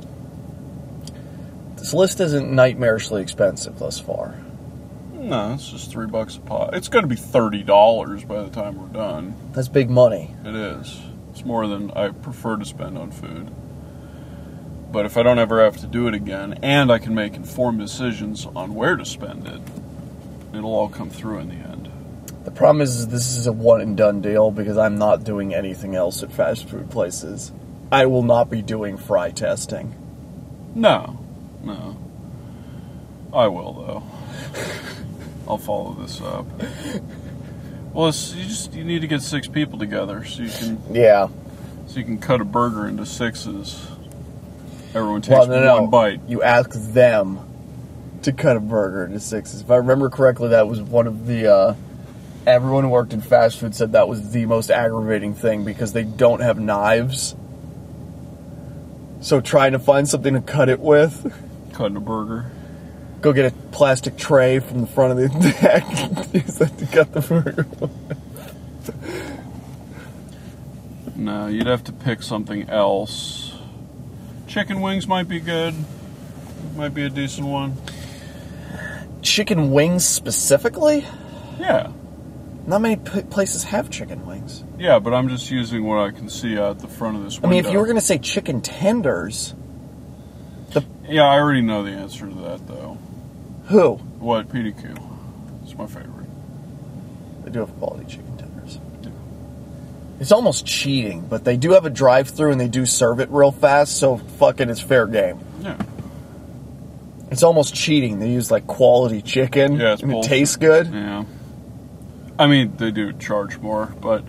[SPEAKER 2] this list isn't nightmarishly expensive thus far.
[SPEAKER 1] No, it's just three bucks a pop. It's gonna be thirty dollars by the time we're done.
[SPEAKER 2] That's big money.
[SPEAKER 1] It is. It's more than I prefer to spend on food. But if I don't ever have to do it again, and I can make informed decisions on where to spend it, it'll all come through in the end.
[SPEAKER 2] The problem is, is this is a one and done deal because I'm not doing anything else at fast food places. I will not be doing fry testing.
[SPEAKER 1] No. No. I will though. I'll follow this up. Well, it's, you just you need to get six people together so you can
[SPEAKER 2] Yeah.
[SPEAKER 1] so you can cut a burger into sixes. Everyone takes
[SPEAKER 2] Well, no, no.
[SPEAKER 1] one bite.
[SPEAKER 2] You ask them to cut a burger into sixes. If I remember correctly, that was one of the. Uh, everyone who worked in fast food said that was the most aggravating thing because they don't have knives. So trying to find something to cut it with,
[SPEAKER 1] Cutting a burger.
[SPEAKER 2] go get a plastic tray from the front of the deck, use that to cut the burger.
[SPEAKER 1] No, you'd have to pick something else. Chicken wings might be good. Might be a decent one.
[SPEAKER 2] Chicken wings specifically?
[SPEAKER 1] Yeah.
[SPEAKER 2] Not many p- places have chicken wings.
[SPEAKER 1] Yeah, but I'm just using what I can see out the front of this
[SPEAKER 2] I
[SPEAKER 1] window.
[SPEAKER 2] mean, if you were gonna say chicken tenders,
[SPEAKER 1] Yeah, I already know the answer to that, though.
[SPEAKER 2] who?
[SPEAKER 1] What? PDQ. It's my favorite.
[SPEAKER 2] They do have quality chicken tenders. It's almost cheating, but they do have a drive-through and they do serve it real fast, so fucking it's fair game.
[SPEAKER 1] Yeah.
[SPEAKER 2] It's almost cheating. They use like quality chicken
[SPEAKER 1] Yeah, it's
[SPEAKER 2] and it
[SPEAKER 1] bullshit.
[SPEAKER 2] tastes good.
[SPEAKER 1] Yeah. I mean, they do charge more, but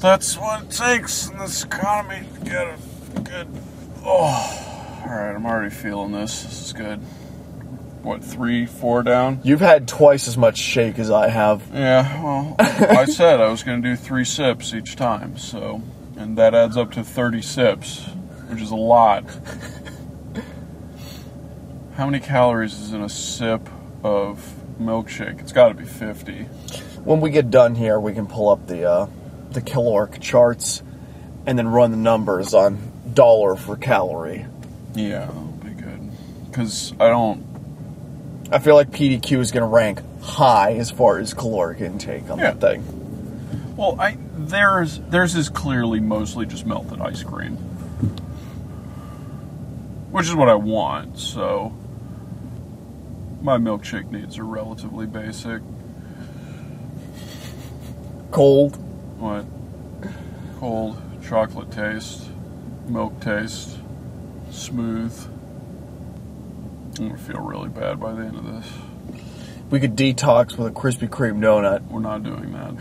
[SPEAKER 1] that's what it takes in this economy to get a good. Oh, all right. I'm already feeling this. This is good. What? Three, four down.
[SPEAKER 2] You've had twice as much shake as I have.
[SPEAKER 1] Yeah. Well, I said I was going to do three sips each time, so and that adds up to 30 sips, which is a lot. How many calories is in a sip of milkshake? It's got to be 50.
[SPEAKER 2] When we get done here, we can pull up the uh, the caloric charts and then run the numbers on dollar for calorie.
[SPEAKER 1] Yeah, that'll be good. Because I don't.
[SPEAKER 2] I feel like PDQ is going to rank high as far as caloric intake on that
[SPEAKER 1] Yeah.
[SPEAKER 2] thing.
[SPEAKER 1] Well, I theirs theirs is clearly mostly just melted ice cream, which is what I want. So my milkshake needs are relatively basic.
[SPEAKER 2] Cold,
[SPEAKER 1] What? Cold chocolate taste, milk taste, smooth. I'm gonna feel really bad by the end of this.
[SPEAKER 2] we could detox with a Krispy Kreme donut.
[SPEAKER 1] We're not doing that.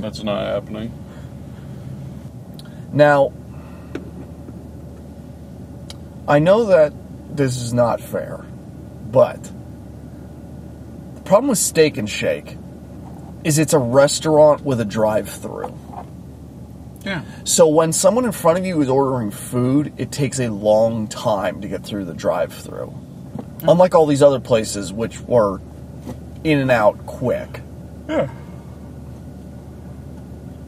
[SPEAKER 1] That's not happening.
[SPEAKER 2] Now, I know that this is not fair, but the problem with Steak and Shake is it's a restaurant with a drive-through.
[SPEAKER 1] Yeah.
[SPEAKER 2] So when someone in front of you is ordering food, it takes a long time to get through the drive-through. Unlike all these other places which were in and out quick.
[SPEAKER 1] Yeah.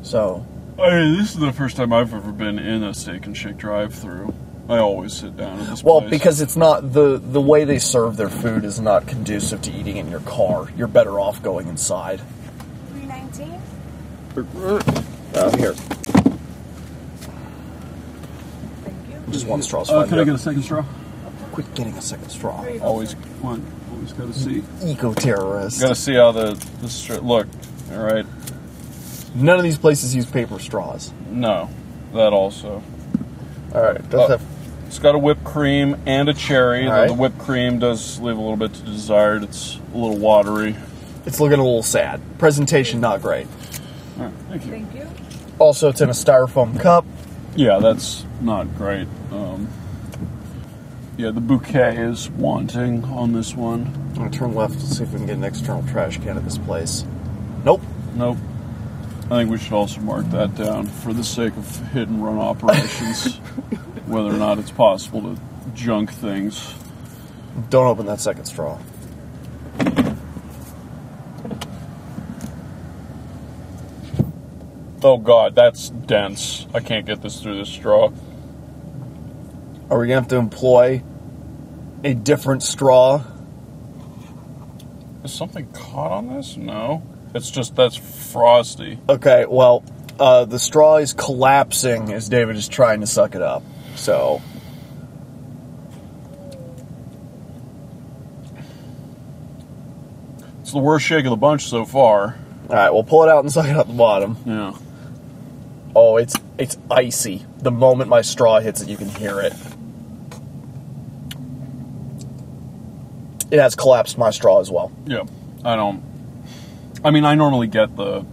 [SPEAKER 2] So,
[SPEAKER 1] I mean, this is the first time I've ever been in a steak and shake drive through. I always sit down at this
[SPEAKER 2] well,
[SPEAKER 1] place.
[SPEAKER 2] because it's not the the way they serve their food is not conducive to eating in your car. You're better off going inside.
[SPEAKER 5] 319?
[SPEAKER 2] Uh, here,
[SPEAKER 3] Thank you.
[SPEAKER 2] just one straw's
[SPEAKER 1] Uh,
[SPEAKER 2] fine.
[SPEAKER 1] can I
[SPEAKER 2] Yeah.
[SPEAKER 1] get a second straw?
[SPEAKER 2] Quit getting a second straw.
[SPEAKER 1] Always one. Always gotta see.
[SPEAKER 2] Eco terrorist.
[SPEAKER 1] Gotta see how the this str- look. All right.
[SPEAKER 2] None of these places use paper straws.
[SPEAKER 1] No, that also.
[SPEAKER 2] All right,
[SPEAKER 1] Oh.
[SPEAKER 2] does have
[SPEAKER 1] It's got a whipped cream and a cherry.
[SPEAKER 2] All
[SPEAKER 1] though
[SPEAKER 2] right.
[SPEAKER 1] The whipped cream does leave a little bit to desired. It's a little watery.
[SPEAKER 2] it's looking a little sad. Presentation not great.
[SPEAKER 1] All right, thank you.
[SPEAKER 3] Thank you.
[SPEAKER 2] Also, it's in a styrofoam cup.
[SPEAKER 1] Yeah, that's not great. Um, yeah, the bouquet is wanting on this one.
[SPEAKER 2] I'm gonna turn left to see if we can get an external trash can at this place. Nope.
[SPEAKER 1] Nope. I think we should also mark that down for the sake of hit and run operations, whether or not it's possible to junk things.
[SPEAKER 2] Don't open that second straw.
[SPEAKER 1] Oh god, that's dense. I can't get this through this straw.
[SPEAKER 2] Are we gonna have to employ a different straw?
[SPEAKER 1] Is something caught on this? No. It's just that's frosty.
[SPEAKER 2] Okay, well, uh, the straw is collapsing as David is trying to suck it up. So,
[SPEAKER 1] It's the worst shake of the bunch so far.
[SPEAKER 2] all right, we'll pull it out and suck it out the bottom.
[SPEAKER 1] Yeah.
[SPEAKER 2] Oh, it's it's icy. the moment my straw hits it, you can hear it. It has collapsed my straw as well.
[SPEAKER 1] Yeah, I don't. I mean, I normally get the.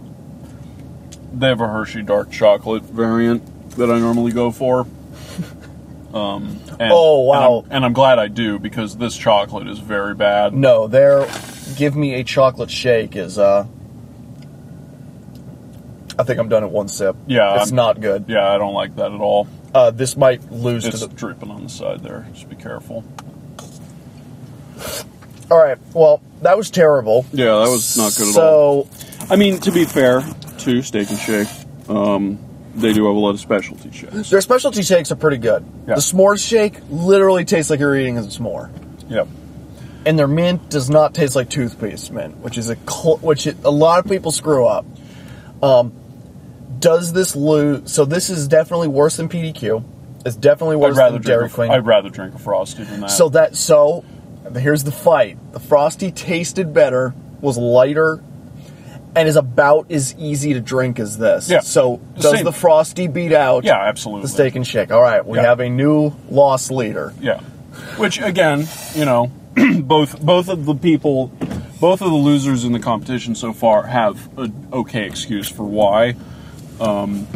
[SPEAKER 1] They have a Hershey dark chocolate variant that I normally go for. Um, and,
[SPEAKER 2] Oh, wow.
[SPEAKER 1] And I'm, and I'm glad I do because this chocolate is very bad.
[SPEAKER 2] No, their give me a chocolate shake is uh I think I'm done at one sip.
[SPEAKER 1] Yeah,
[SPEAKER 2] It's
[SPEAKER 1] I'm-
[SPEAKER 2] not good.
[SPEAKER 1] Yeah, I don't like that at all.
[SPEAKER 2] Uh this might lose
[SPEAKER 1] It's
[SPEAKER 2] to the
[SPEAKER 1] dripping on the side there. Just be careful.
[SPEAKER 2] All right. Well, that was terrible.
[SPEAKER 1] Yeah, that was not good at all.
[SPEAKER 2] so,
[SPEAKER 1] I mean, to be fair, to Steak and Shake, um, they do have a lot of specialty shakes.
[SPEAKER 2] their specialty shakes are pretty good.
[SPEAKER 1] Yeah.
[SPEAKER 2] The s'mores shake literally tastes like you're eating a s'more.
[SPEAKER 1] Yep.
[SPEAKER 2] And their mint does not taste like toothpaste mint, which is a cl- which it, a lot of people screw up. Um, does this lose? So this is definitely worse than PDQ. It's definitely worse
[SPEAKER 1] I'd rather
[SPEAKER 2] than Dairy
[SPEAKER 1] drink.
[SPEAKER 2] Queen.
[SPEAKER 1] A, I'd rather drink a frosty than that.
[SPEAKER 2] So that so here's the fight. The frosty tasted better, was lighter, and is about as easy to drink as this.
[SPEAKER 1] Yeah.
[SPEAKER 2] So does
[SPEAKER 1] Same.
[SPEAKER 2] the frosty beat out
[SPEAKER 1] yeah, absolutely.
[SPEAKER 2] the steak and shake? All right, we
[SPEAKER 1] Yeah.
[SPEAKER 2] have a new loss leader.
[SPEAKER 1] Yeah. Which again, you know, both both of the people, both of the losers in the competition so far have an okay excuse for why. Um,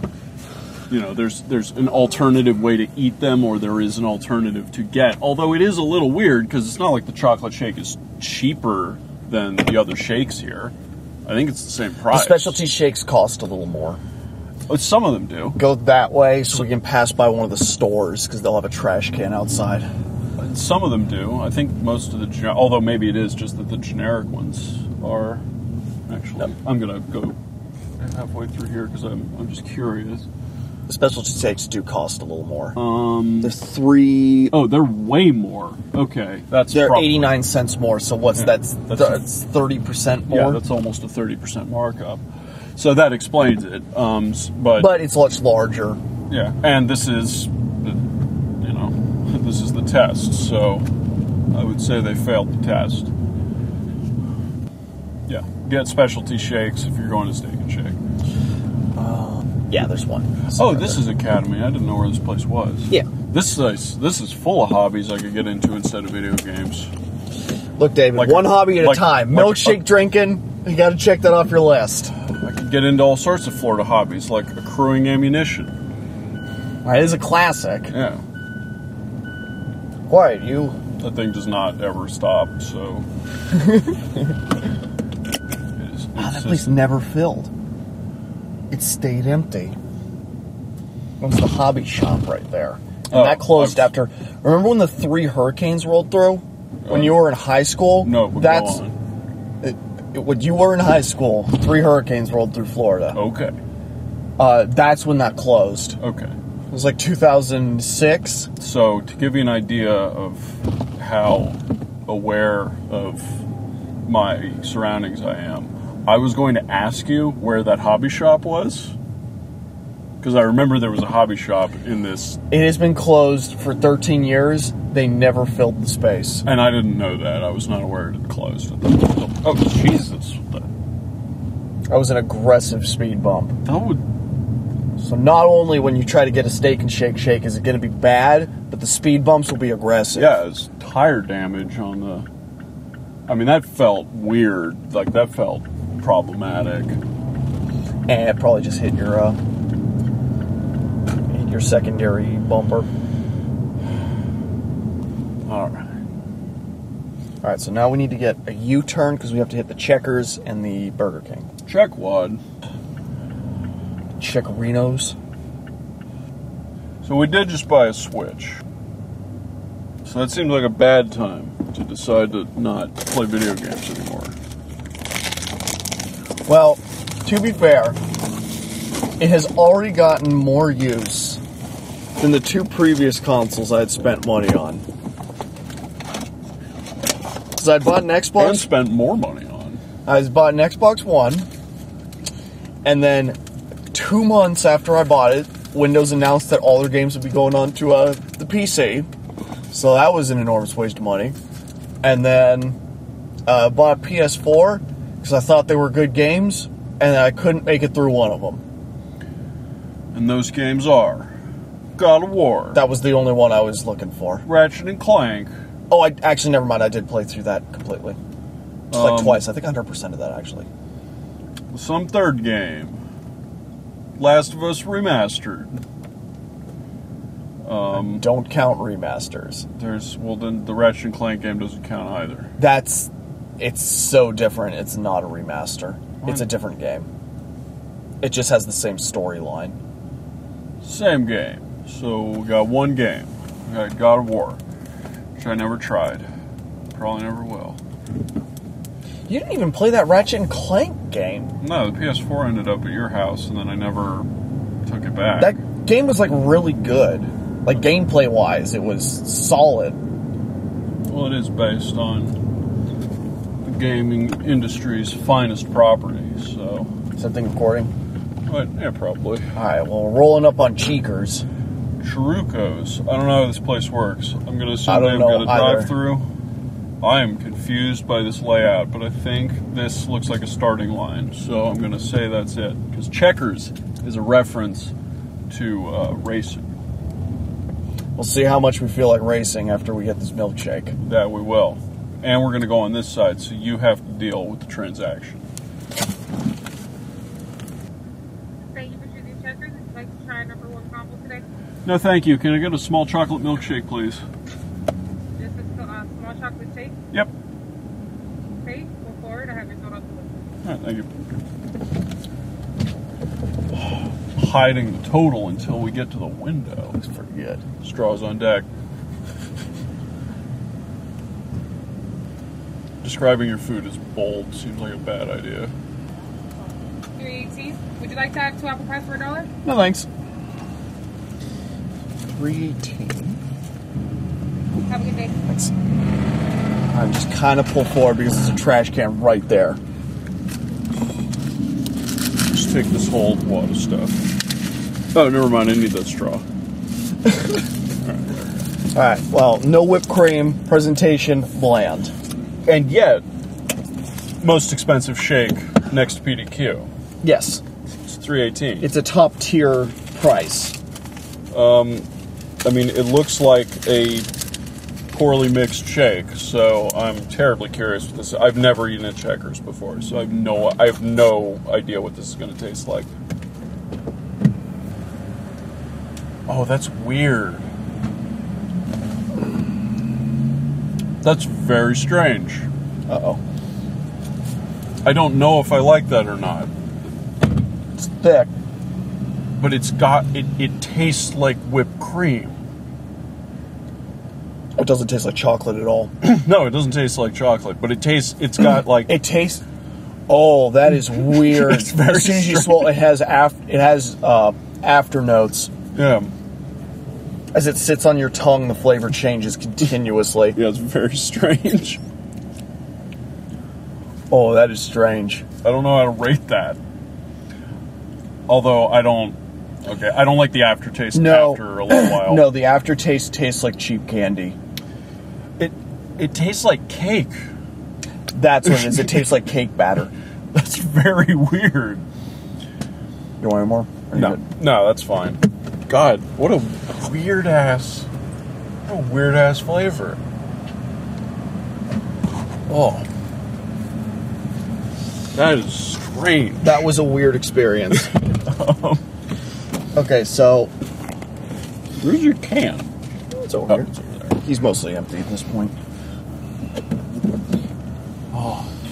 [SPEAKER 1] you know, there's there's an alternative way to eat them, or there is an alternative to get. Although it is a little weird because it's not like the chocolate shake is cheaper than the other shakes here. I think it's the same
[SPEAKER 2] The
[SPEAKER 1] price.
[SPEAKER 2] specialty shakes cost a little more.
[SPEAKER 1] Oh, Some of them do.
[SPEAKER 2] Go that way so we can pass by one of the stores because they'll have a trash can outside.
[SPEAKER 1] Some of them do. I think most of the, gen- although maybe it is just that the generic ones are. Actually, I'm gonna go halfway through here because I'm I'm just curious.
[SPEAKER 2] The specialty shakes do cost a little more.
[SPEAKER 1] Um.
[SPEAKER 9] The three
[SPEAKER 1] Oh, they're way more. Okay, that's
[SPEAKER 2] They're
[SPEAKER 1] probably-
[SPEAKER 2] 89 cents more, so what's
[SPEAKER 1] Yeah,
[SPEAKER 2] that's
[SPEAKER 1] that's-
[SPEAKER 2] that's 30% more.
[SPEAKER 1] Yeah, that's almost a thirty percent markup. So that explains it. Um, s- but,
[SPEAKER 2] but it's much larger.
[SPEAKER 1] yeah, and this is, the, you know, this is the test. So I would say they failed the test. Yeah, get specialty shakes if you're going to Steak and Shake.
[SPEAKER 2] Yeah, there's one.
[SPEAKER 1] Oh, this is Academy. I didn't know where this place was.
[SPEAKER 2] Yeah.
[SPEAKER 1] This is this is full of hobbies I could get into instead of video games.
[SPEAKER 2] Look, David,
[SPEAKER 1] Like-
[SPEAKER 2] one hobby at
[SPEAKER 1] like-
[SPEAKER 2] a time.
[SPEAKER 1] like-
[SPEAKER 2] Milkshake drinking, you got to check that off your list.
[SPEAKER 1] I could get into all sorts of Florida hobbies like accruing ammunition.
[SPEAKER 2] That is a classic.
[SPEAKER 1] Yeah.
[SPEAKER 2] Quiet, you.
[SPEAKER 1] That thing does not ever stop, so it is,
[SPEAKER 2] Wow, Ah, that
[SPEAKER 1] it's
[SPEAKER 2] place
[SPEAKER 1] just,
[SPEAKER 2] never filled. It stayed empty. That's the hobby shop right there. And
[SPEAKER 1] Oh,
[SPEAKER 2] that closed
[SPEAKER 1] I've-
[SPEAKER 2] after. Remember when the three hurricanes rolled through? When
[SPEAKER 1] Uh,
[SPEAKER 2] you Oh. were in high school?
[SPEAKER 1] no, but
[SPEAKER 2] That's.
[SPEAKER 1] go on.
[SPEAKER 2] It, it- when you were in high school, three hurricanes rolled through Florida.
[SPEAKER 1] Okay.
[SPEAKER 2] Uh, that's when that closed.
[SPEAKER 1] Okay.
[SPEAKER 2] It was like 2006.
[SPEAKER 1] So to give you an idea of how aware of my surroundings I am, I was going to ask you where that hobby shop was because I remember there was a hobby shop in this,
[SPEAKER 2] It has been closed for 13 years. They never filled the space.
[SPEAKER 1] and I didn't know that. I was not aware it had closed. at that point. Oh Jesus! That
[SPEAKER 2] That was an aggressive speed bump.
[SPEAKER 1] that would
[SPEAKER 2] So not only when you try to get a steak and shake shake is it going to be bad, but the speed bumps will be aggressive.
[SPEAKER 1] yeah, it's tire damage on the. I mean, that felt weird. Like that felt problematic.
[SPEAKER 2] and it probably just hit your uh, hit your secondary bumper. All
[SPEAKER 1] All right.
[SPEAKER 2] right, so now we need to get a U-turn because we have to hit the Checkers and the Burger King.
[SPEAKER 1] Check wad.
[SPEAKER 2] Checkerinos.
[SPEAKER 1] So we did just buy a Switch. So that seems like a bad time to decide to not play video games anymore.
[SPEAKER 2] Well, to be fair, it has already gotten more use than the two previous consoles I had spent money on. Because I bought an
[SPEAKER 1] And
[SPEAKER 2] Xbox,
[SPEAKER 1] spend more money on.
[SPEAKER 2] I bought an Xbox One, and then two months after I bought it, Windows announced that all their games would be going on to uh, the PC. So that was an enormous waste of money. And then uh, bought a PS4 because I thought they were good games, and I couldn't make it through one of them.
[SPEAKER 1] And those games are God of War,
[SPEAKER 2] That was the only one I was looking for.
[SPEAKER 1] Ratchet and Clank.
[SPEAKER 2] Oh, I actually never mind. I did play through that completely, Just like
[SPEAKER 1] Um,
[SPEAKER 2] twice. I think 100 percent of that actually.
[SPEAKER 1] Some third game. Last of Us Remastered. Um,
[SPEAKER 2] Don't count remasters.
[SPEAKER 1] there's well then the Ratchet and Clank game doesn't count either.
[SPEAKER 2] That's it's so different. It's not a remaster. It's a
[SPEAKER 1] What?
[SPEAKER 2] different game. It just has the same storyline.
[SPEAKER 1] Same game. So we got one game. We got God of War, which I never tried. Probably never will.
[SPEAKER 2] You didn't even play that Ratchet and Clank game.
[SPEAKER 1] No, the PS4 ended up at your house, and then I never took it back.
[SPEAKER 2] That game was like really good. Like gameplay wise, it was solid.
[SPEAKER 1] well, it is based on the gaming industry's finest properties. So,
[SPEAKER 2] Something recording.
[SPEAKER 1] but yeah, probably.
[SPEAKER 2] All right, well, we're rolling up on Cheekers.
[SPEAKER 1] Churrucos. I don't know how this place works. I'm gonna assume
[SPEAKER 2] I don't
[SPEAKER 1] they've
[SPEAKER 2] know
[SPEAKER 1] got a
[SPEAKER 2] either.
[SPEAKER 1] drive through. I am confused by this layout, but I think this looks like a starting line, so I'm gonna say that's it. Because checkers is a reference to uh, racing.
[SPEAKER 2] We'll see how much we feel like racing after we get this milkshake.
[SPEAKER 1] That we will, and we're gonna go on this side, so you have to deal with the transaction.
[SPEAKER 5] Thank you for choosing Checkers. Would you like to try number one combo today?
[SPEAKER 1] No, thank you. Can I get a small chocolate milkshake, please?
[SPEAKER 5] This is uh, small chocolate shake.
[SPEAKER 1] Yep.
[SPEAKER 5] Okay, go forward. I have your soda.
[SPEAKER 1] All right, thank you. Hiding the total until we get to the window.
[SPEAKER 2] Looks pretty good.
[SPEAKER 1] Straws on deck. Describing your food as bold seems like a bad idea.
[SPEAKER 5] 318. Would you like to have two apple pies for a dollar?
[SPEAKER 2] No thanks. 318.
[SPEAKER 5] Have a good day.
[SPEAKER 2] Thanks. I'm just kind of pull forward because there's a trash can right there.
[SPEAKER 1] Just take this whole wad of stuff. Oh, never mind. I need that straw.
[SPEAKER 2] All right. Well, no whipped cream. Presentation bland.
[SPEAKER 1] And yet, most expensive shake next to PDQ.
[SPEAKER 2] Yes,
[SPEAKER 1] It's three eighteen.
[SPEAKER 2] it's a top tier price.
[SPEAKER 1] I mean, it looks like a poorly mixed shake. So I'm terribly curious with this. I've never eaten at Checkers before, so I've no, I have no idea what this is going to taste like. Oh, that's weird. That's very strange.
[SPEAKER 2] Uh oh.
[SPEAKER 1] I don't know if I like that or not,
[SPEAKER 2] It's thick.
[SPEAKER 1] but it's got it. It tastes like whipped cream.
[SPEAKER 2] It doesn't taste like chocolate at all.
[SPEAKER 1] No, it doesn't taste like chocolate, but it tastes. It's got like
[SPEAKER 2] It tastes. Oh, that is weird.
[SPEAKER 1] It's very
[SPEAKER 2] as soon as you
[SPEAKER 1] strange.
[SPEAKER 2] swallow, it has af- it has uh, after notes.
[SPEAKER 1] yeah.
[SPEAKER 2] As it sits on your tongue, the flavor changes continuously.
[SPEAKER 1] Yeah, it's very strange.
[SPEAKER 2] Oh, that is strange.
[SPEAKER 1] I don't know how to rate that. Although I don't, okay, I don't like the aftertaste
[SPEAKER 2] No.
[SPEAKER 1] after a little while.
[SPEAKER 2] No, the aftertaste tastes like cheap candy.
[SPEAKER 1] it it tastes like cake.
[SPEAKER 2] That's what it is. It tastes like cake batter.
[SPEAKER 1] That's very weird.
[SPEAKER 2] You want any more? Or you
[SPEAKER 1] No,
[SPEAKER 2] good?
[SPEAKER 1] no, that's fine. God, what a weird ass, what a weird ass flavor.
[SPEAKER 2] Oh,
[SPEAKER 1] That is strange.
[SPEAKER 2] that was a weird experience. okay, so
[SPEAKER 1] Where's your can?
[SPEAKER 2] it's over
[SPEAKER 1] Oh,
[SPEAKER 2] here.
[SPEAKER 1] it's over there.
[SPEAKER 2] He's mostly empty at this point.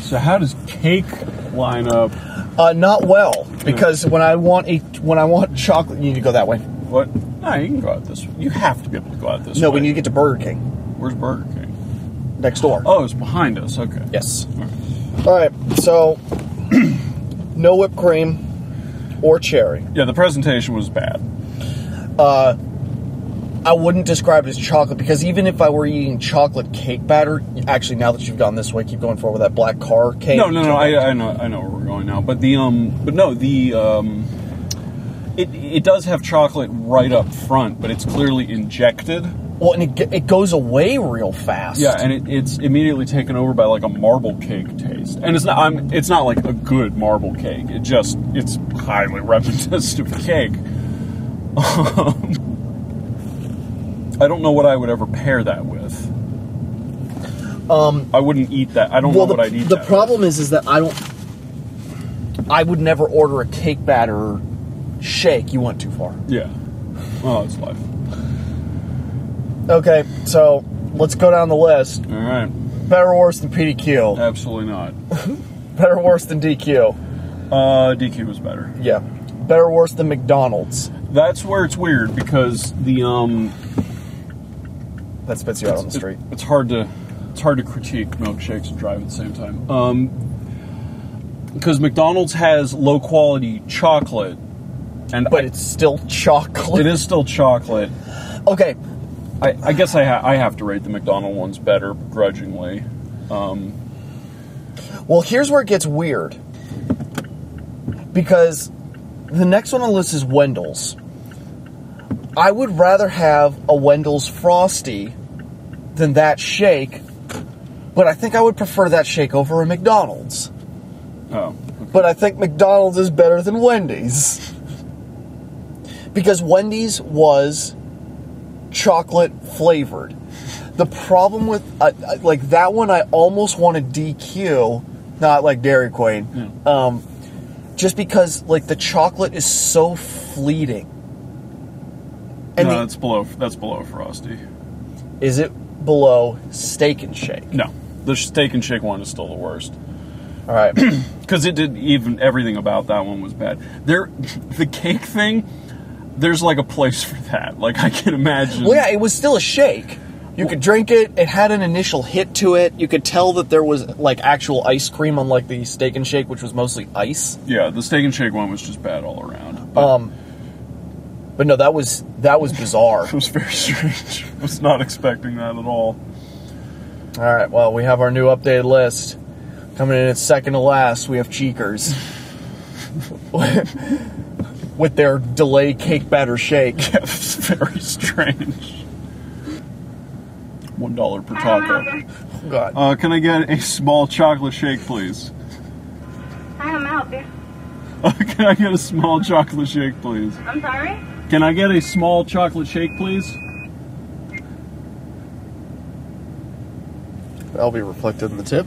[SPEAKER 1] So how does cake line up?
[SPEAKER 2] Uh, not well
[SPEAKER 1] Hmm.
[SPEAKER 2] because when I want a when I want chocolate, you need to go that way.
[SPEAKER 1] What? No, you can go out this. You have to be able to go out this.
[SPEAKER 2] No,
[SPEAKER 1] way.
[SPEAKER 2] we need to get to Burger King
[SPEAKER 1] Where's Burger King?
[SPEAKER 2] next door.
[SPEAKER 1] Oh, it's behind us. Okay.
[SPEAKER 2] Yes. All right. So, no whipped cream or cherry.
[SPEAKER 1] Yeah, the presentation was bad.
[SPEAKER 2] I wouldn't describe it as chocolate because even if I were eating chocolate cake batter, actually, now that you've gone this way, keep going forward with that black car cake.
[SPEAKER 1] No, no, no. I, I know, I know where we're going now. But the um, but no, the um, it it does have chocolate right up front, but it's clearly injected.
[SPEAKER 2] Well, and it, ge- it goes away real fast.
[SPEAKER 1] Yeah, and it, it's immediately taken over by like a marble cake taste, and it's not. I'm. It's not like a good marble cake. It just it's highly reminiscent of cake. I don't know what I would ever pair that with.
[SPEAKER 2] Um,
[SPEAKER 1] I wouldn't eat that. I don't
[SPEAKER 2] well,
[SPEAKER 1] know
[SPEAKER 2] the,
[SPEAKER 1] what I'd eat.
[SPEAKER 2] the
[SPEAKER 1] that
[SPEAKER 2] problem is, is that I don't. I would never order a cake batter shake. You went too far.
[SPEAKER 1] With. Yeah. Oh, it's life.
[SPEAKER 2] Okay, so let's go down the list.
[SPEAKER 1] All right.
[SPEAKER 2] Better or worse than PDQ.
[SPEAKER 1] Absolutely not.
[SPEAKER 2] Better or worse than DQ.
[SPEAKER 1] Uh, DQ was better.
[SPEAKER 2] Yeah. Better or worse than McDonald's.
[SPEAKER 1] That's where it's weird because the um,
[SPEAKER 2] That spits you out on the
[SPEAKER 1] It-
[SPEAKER 2] street.
[SPEAKER 1] it's hard to it's hard to critique milkshakes and drive at the same time. Um, because McDonald's has low quality chocolate, and
[SPEAKER 2] But
[SPEAKER 1] I-
[SPEAKER 2] it's still chocolate.
[SPEAKER 1] it is still chocolate.
[SPEAKER 2] Okay,
[SPEAKER 1] I, I guess I ha- I have to rate the McDonald ones better begrudgingly. Um,
[SPEAKER 2] Well, here's where it gets weird. Because the next one on the list is Wendell's. I would rather have a Wendell's Frosty than that shake, but I think I would prefer that shake over a McDonald's.
[SPEAKER 1] oh,
[SPEAKER 2] But I think McDonald's is better than Wendy's. Because Wendy's was chocolate flavored. The problem with uh, uh, like that one, I almost wanted DQ, not like Dairy Queen, um, just because like the chocolate is so fleeting. And
[SPEAKER 1] no,
[SPEAKER 2] the-
[SPEAKER 1] that's below that's below Frosty.
[SPEAKER 2] is it below Steak and Shake?
[SPEAKER 1] No, the steak and shake one is still the worst.
[SPEAKER 2] All right,
[SPEAKER 1] because it did even everything about that one was bad. There, the cake thing, there's like a place for that. Like I can imagine.
[SPEAKER 2] Well, yeah, it was still a shake. You could drink it. It had an initial hit to it. You could tell that there was like actual ice cream, unlike the steak and shake, which was mostly ice.
[SPEAKER 1] Yeah, the steak and shake one was just bad all around. But
[SPEAKER 2] Um, but no, that was that was bizarre.
[SPEAKER 1] it was very strange. I was not expecting that at all.
[SPEAKER 2] All right, well, we have our new updated list coming in at second to last. We have Cheekers with their delay cake batter shake.
[SPEAKER 1] Yeah, it was very strange. One dollar per taco.
[SPEAKER 2] Oh, God,
[SPEAKER 1] Uh, can I get a small chocolate shake, please?
[SPEAKER 5] I am out there.
[SPEAKER 1] Uh, can I get a small chocolate shake, please?
[SPEAKER 5] I'm sorry?
[SPEAKER 1] Can I get a small chocolate shake, please?
[SPEAKER 2] that'll be reflected in the tip.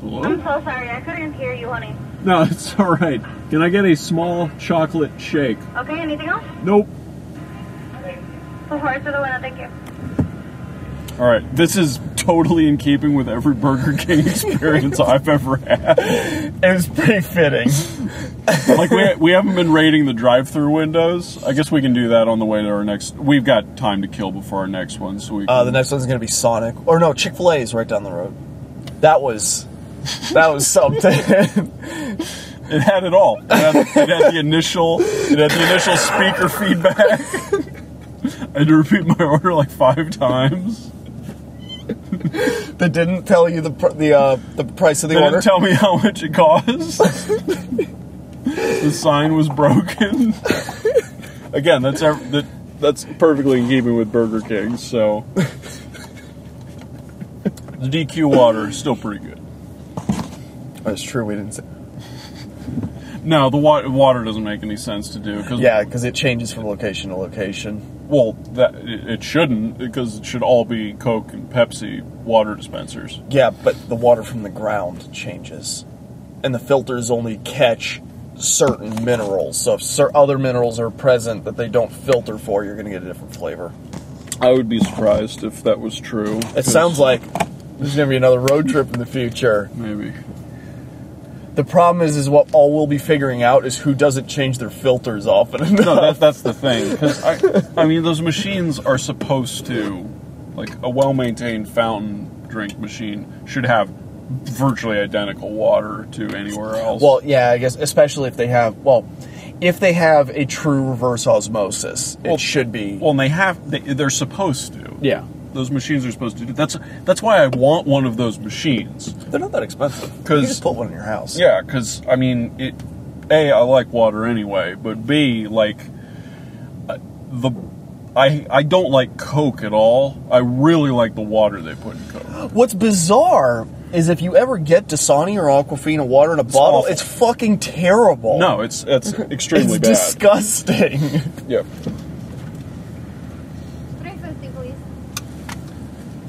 [SPEAKER 1] Hello?
[SPEAKER 5] I'm
[SPEAKER 2] Hmm?
[SPEAKER 5] so sorry. I couldn't hear you, honey.
[SPEAKER 1] No, it's all right. Can I get a small chocolate shake?
[SPEAKER 5] Okay, anything else?
[SPEAKER 1] Nope.
[SPEAKER 5] Before to the window, thank you.
[SPEAKER 1] All right, this is totally in keeping with every Burger King experience I've ever had.
[SPEAKER 2] It was pretty fitting.
[SPEAKER 1] Like we, we haven't been rating the drive-through windows. I guess we can do that on the way to our next. We've got time to kill before our next one, so we. Can,
[SPEAKER 2] Uh, the next one's gonna be Sonic, or no, Chick Fil A is right down the road. That was, that was something.
[SPEAKER 1] it had it all. It had, it had the initial. It had the initial speaker feedback. I had to repeat my order like five times.
[SPEAKER 2] they didn't tell you the pr- the uh, the price of the
[SPEAKER 1] They
[SPEAKER 2] order.
[SPEAKER 1] didn't tell me how much it cost. the sign was broken. Again, that's ev- that, that's perfectly in keeping with Burger King. So the DQ water is still pretty good.
[SPEAKER 2] That's true. We didn't. Say-
[SPEAKER 1] No, the wa- water doesn't make any sense to do because
[SPEAKER 2] yeah, because it changes from location to location.
[SPEAKER 1] well, that it, it shouldn't because it should all be Coke and Pepsi water dispensers.
[SPEAKER 2] Yeah, but the water from the ground changes, and the filters only catch certain minerals. So if cer- other minerals are present that they don't filter for, you're gonna get a different flavor.
[SPEAKER 1] I would be surprised if that was true.
[SPEAKER 2] It sounds like there's gonna be another road trip in the future.
[SPEAKER 1] maybe.
[SPEAKER 2] The problem is, is what all we'll be figuring out is who doesn't change their filters often enough.
[SPEAKER 1] No, that, that's the thing. Because I, I mean, those machines are supposed to, like, a well-maintained fountain drink machine should have virtually identical water to anywhere else.
[SPEAKER 2] well, yeah, I guess especially if they have well, if they have a true reverse osmosis,
[SPEAKER 1] Well-
[SPEAKER 2] it should be.
[SPEAKER 1] well, and they have. They, they're supposed to.
[SPEAKER 2] yeah,
[SPEAKER 1] Those machines are supposed to do. That's that's why I want one of those machines.
[SPEAKER 2] they're not that expensive.
[SPEAKER 1] 'Cause-
[SPEAKER 2] you just put one in your house.
[SPEAKER 1] Yeah, because I mean, it. A, I like water anyway, but B, like uh, the. I, I don't like Coke at all. I really like the water they put in Coke.
[SPEAKER 2] What's bizarre is if you ever get Dasani or Aquafina water in a bottle,
[SPEAKER 1] awful.
[SPEAKER 2] it's fucking terrible.
[SPEAKER 1] No, it's it's extremely
[SPEAKER 2] it's
[SPEAKER 1] bad.
[SPEAKER 2] disgusting.
[SPEAKER 1] yeah.
[SPEAKER 5] Three fifty, please.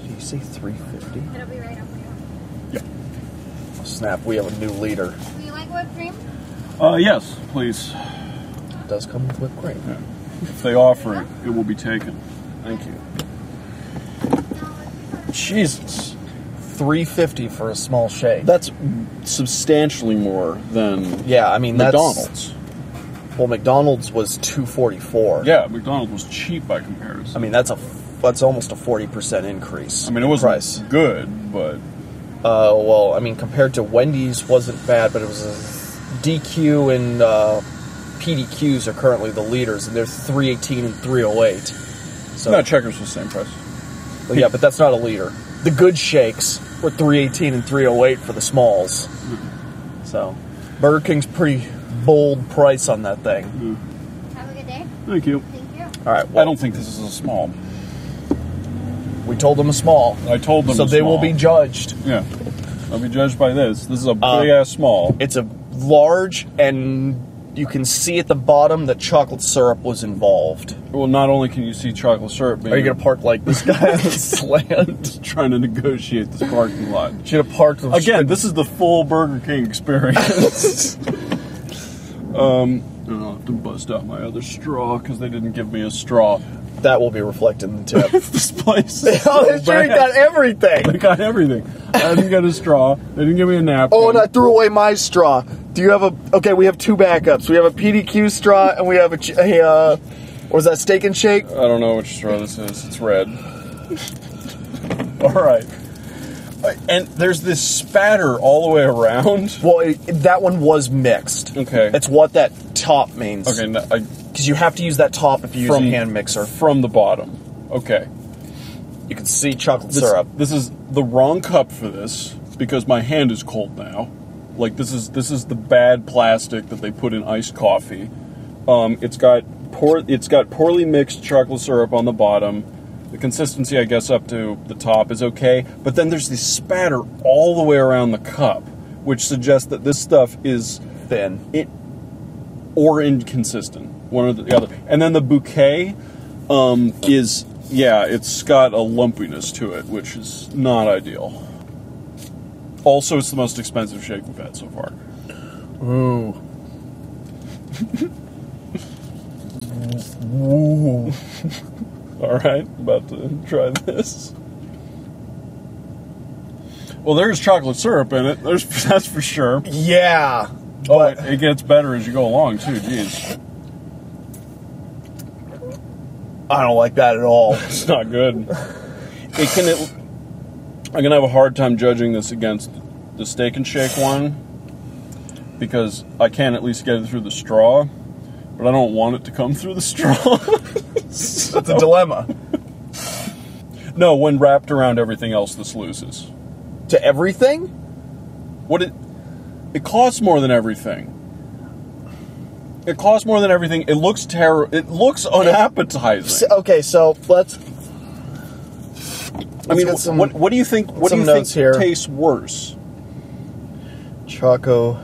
[SPEAKER 2] Did you say 350?
[SPEAKER 5] It'll be right up there.
[SPEAKER 2] Oh, Snap, we have a new leader.
[SPEAKER 5] Do you like whipped cream?
[SPEAKER 1] Uh, yes, please.
[SPEAKER 2] It does come with whipped cream.
[SPEAKER 1] If they offer it, it will be taken. Thank you.
[SPEAKER 2] Jesus. 350 for a small shake.
[SPEAKER 1] That's substantially more than
[SPEAKER 2] yeah, I mean, that's.
[SPEAKER 1] McDonald's.
[SPEAKER 2] Well, McDonald's was 244.
[SPEAKER 1] Yeah, McDonald's was cheap by comparison.
[SPEAKER 2] I mean, that's a. That's almost a 40% increase.
[SPEAKER 1] I mean, it
[SPEAKER 2] in
[SPEAKER 1] wasn't
[SPEAKER 2] Price.
[SPEAKER 1] good, but
[SPEAKER 2] Uh, well, I mean, compared to Wendy's, wasn't bad, but it was a DQ and uh, PDQs are currently the leaders, and they're 318 and 308. So,
[SPEAKER 1] no, Checkers was the same price.
[SPEAKER 2] well, yeah, but that's not a leader. The good shakes were 318 and 308 for the smalls.
[SPEAKER 1] Hmm.
[SPEAKER 2] So, Burger King's pretty bold price on that thing.
[SPEAKER 1] Hmm.
[SPEAKER 5] Have a good day.
[SPEAKER 1] Thank you.
[SPEAKER 5] Thank you.
[SPEAKER 2] All right,
[SPEAKER 1] I
[SPEAKER 2] well,
[SPEAKER 1] don't think this is a small.
[SPEAKER 2] we told them a small,
[SPEAKER 1] I told them
[SPEAKER 2] so
[SPEAKER 1] a
[SPEAKER 2] they will be
[SPEAKER 1] small.
[SPEAKER 2] judged.
[SPEAKER 1] Yeah, I'll be judged by this. This is a big ass small.
[SPEAKER 2] It's a large, and you can see at the bottom that chocolate syrup was involved.
[SPEAKER 1] Well, not only can you see chocolate syrup, being
[SPEAKER 2] Are you gonna park like this guy on this land?
[SPEAKER 1] trying to negotiate this parking lot?
[SPEAKER 2] Should have parked with
[SPEAKER 1] Again, this is the full Burger King experience. um, and I'll have to bust out my other straw because they didn't give me a straw.
[SPEAKER 2] that will be reflected in the tip.
[SPEAKER 1] this place. Is
[SPEAKER 2] oh,
[SPEAKER 1] so
[SPEAKER 2] this drink
[SPEAKER 1] bad.
[SPEAKER 2] Oh, got everything.
[SPEAKER 1] They got everything. I didn't get a straw. They didn't give me a napkin.
[SPEAKER 2] Oh, and I threw away my straw. Do you have a? Okay, we have two backups. We have a PDQ straw, and we have a. ch- a uh, or was that steak and shake?
[SPEAKER 1] I don't know which straw this is. It's red. all right. And there's this spatter all the way around.
[SPEAKER 2] Well, it, that one was mixed.
[SPEAKER 1] Okay.
[SPEAKER 2] That's what that top means.
[SPEAKER 1] Okay, no, I,
[SPEAKER 2] Because you have to use that top if you use a
[SPEAKER 1] From-
[SPEAKER 2] hand mixer.
[SPEAKER 1] from the bottom. Okay.
[SPEAKER 2] You can see chocolate
[SPEAKER 1] This,
[SPEAKER 2] syrup.
[SPEAKER 1] This is the wrong cup for this because my hand is cold now. Like this is this is the bad plastic that they put in iced coffee. Um, it's got poor it's got poorly mixed chocolate syrup on the bottom. The consistency, I guess, up to the top is okay, but then there's this spatter all the way around the cup, which suggests that this stuff is
[SPEAKER 2] Thin.
[SPEAKER 1] it or inconsistent, one or the other. And then the bouquet um, is yeah, it's got a lumpiness to it, which is not ideal. Also, it's the most expensive shake we've had so far.
[SPEAKER 2] Ooh.
[SPEAKER 1] All right, about to try this. Well, there's chocolate syrup in it. There's that's for sure.
[SPEAKER 2] Yeah.
[SPEAKER 1] Oh,
[SPEAKER 2] but-
[SPEAKER 1] it, it gets better as you go along too. Jeez,
[SPEAKER 2] I don't like that at all.
[SPEAKER 1] it's not good. It can. It, I'm gonna have a hard time judging this against the steak and shake one because I can at least get it through the straw, but I don't want it to come through the straw.
[SPEAKER 2] It's a dilemma.
[SPEAKER 1] no, when wrapped around everything else, this loses.
[SPEAKER 2] To everything?
[SPEAKER 1] What it it costs more than everything. It costs more than everything. It looks terrible. It looks
[SPEAKER 2] S-
[SPEAKER 1] unappetizing.
[SPEAKER 2] Okay, so let's.
[SPEAKER 1] I mean,
[SPEAKER 2] get some-
[SPEAKER 1] what what do you think? What do
[SPEAKER 2] some
[SPEAKER 1] you think
[SPEAKER 2] notes here.
[SPEAKER 1] tastes worse?
[SPEAKER 2] Choco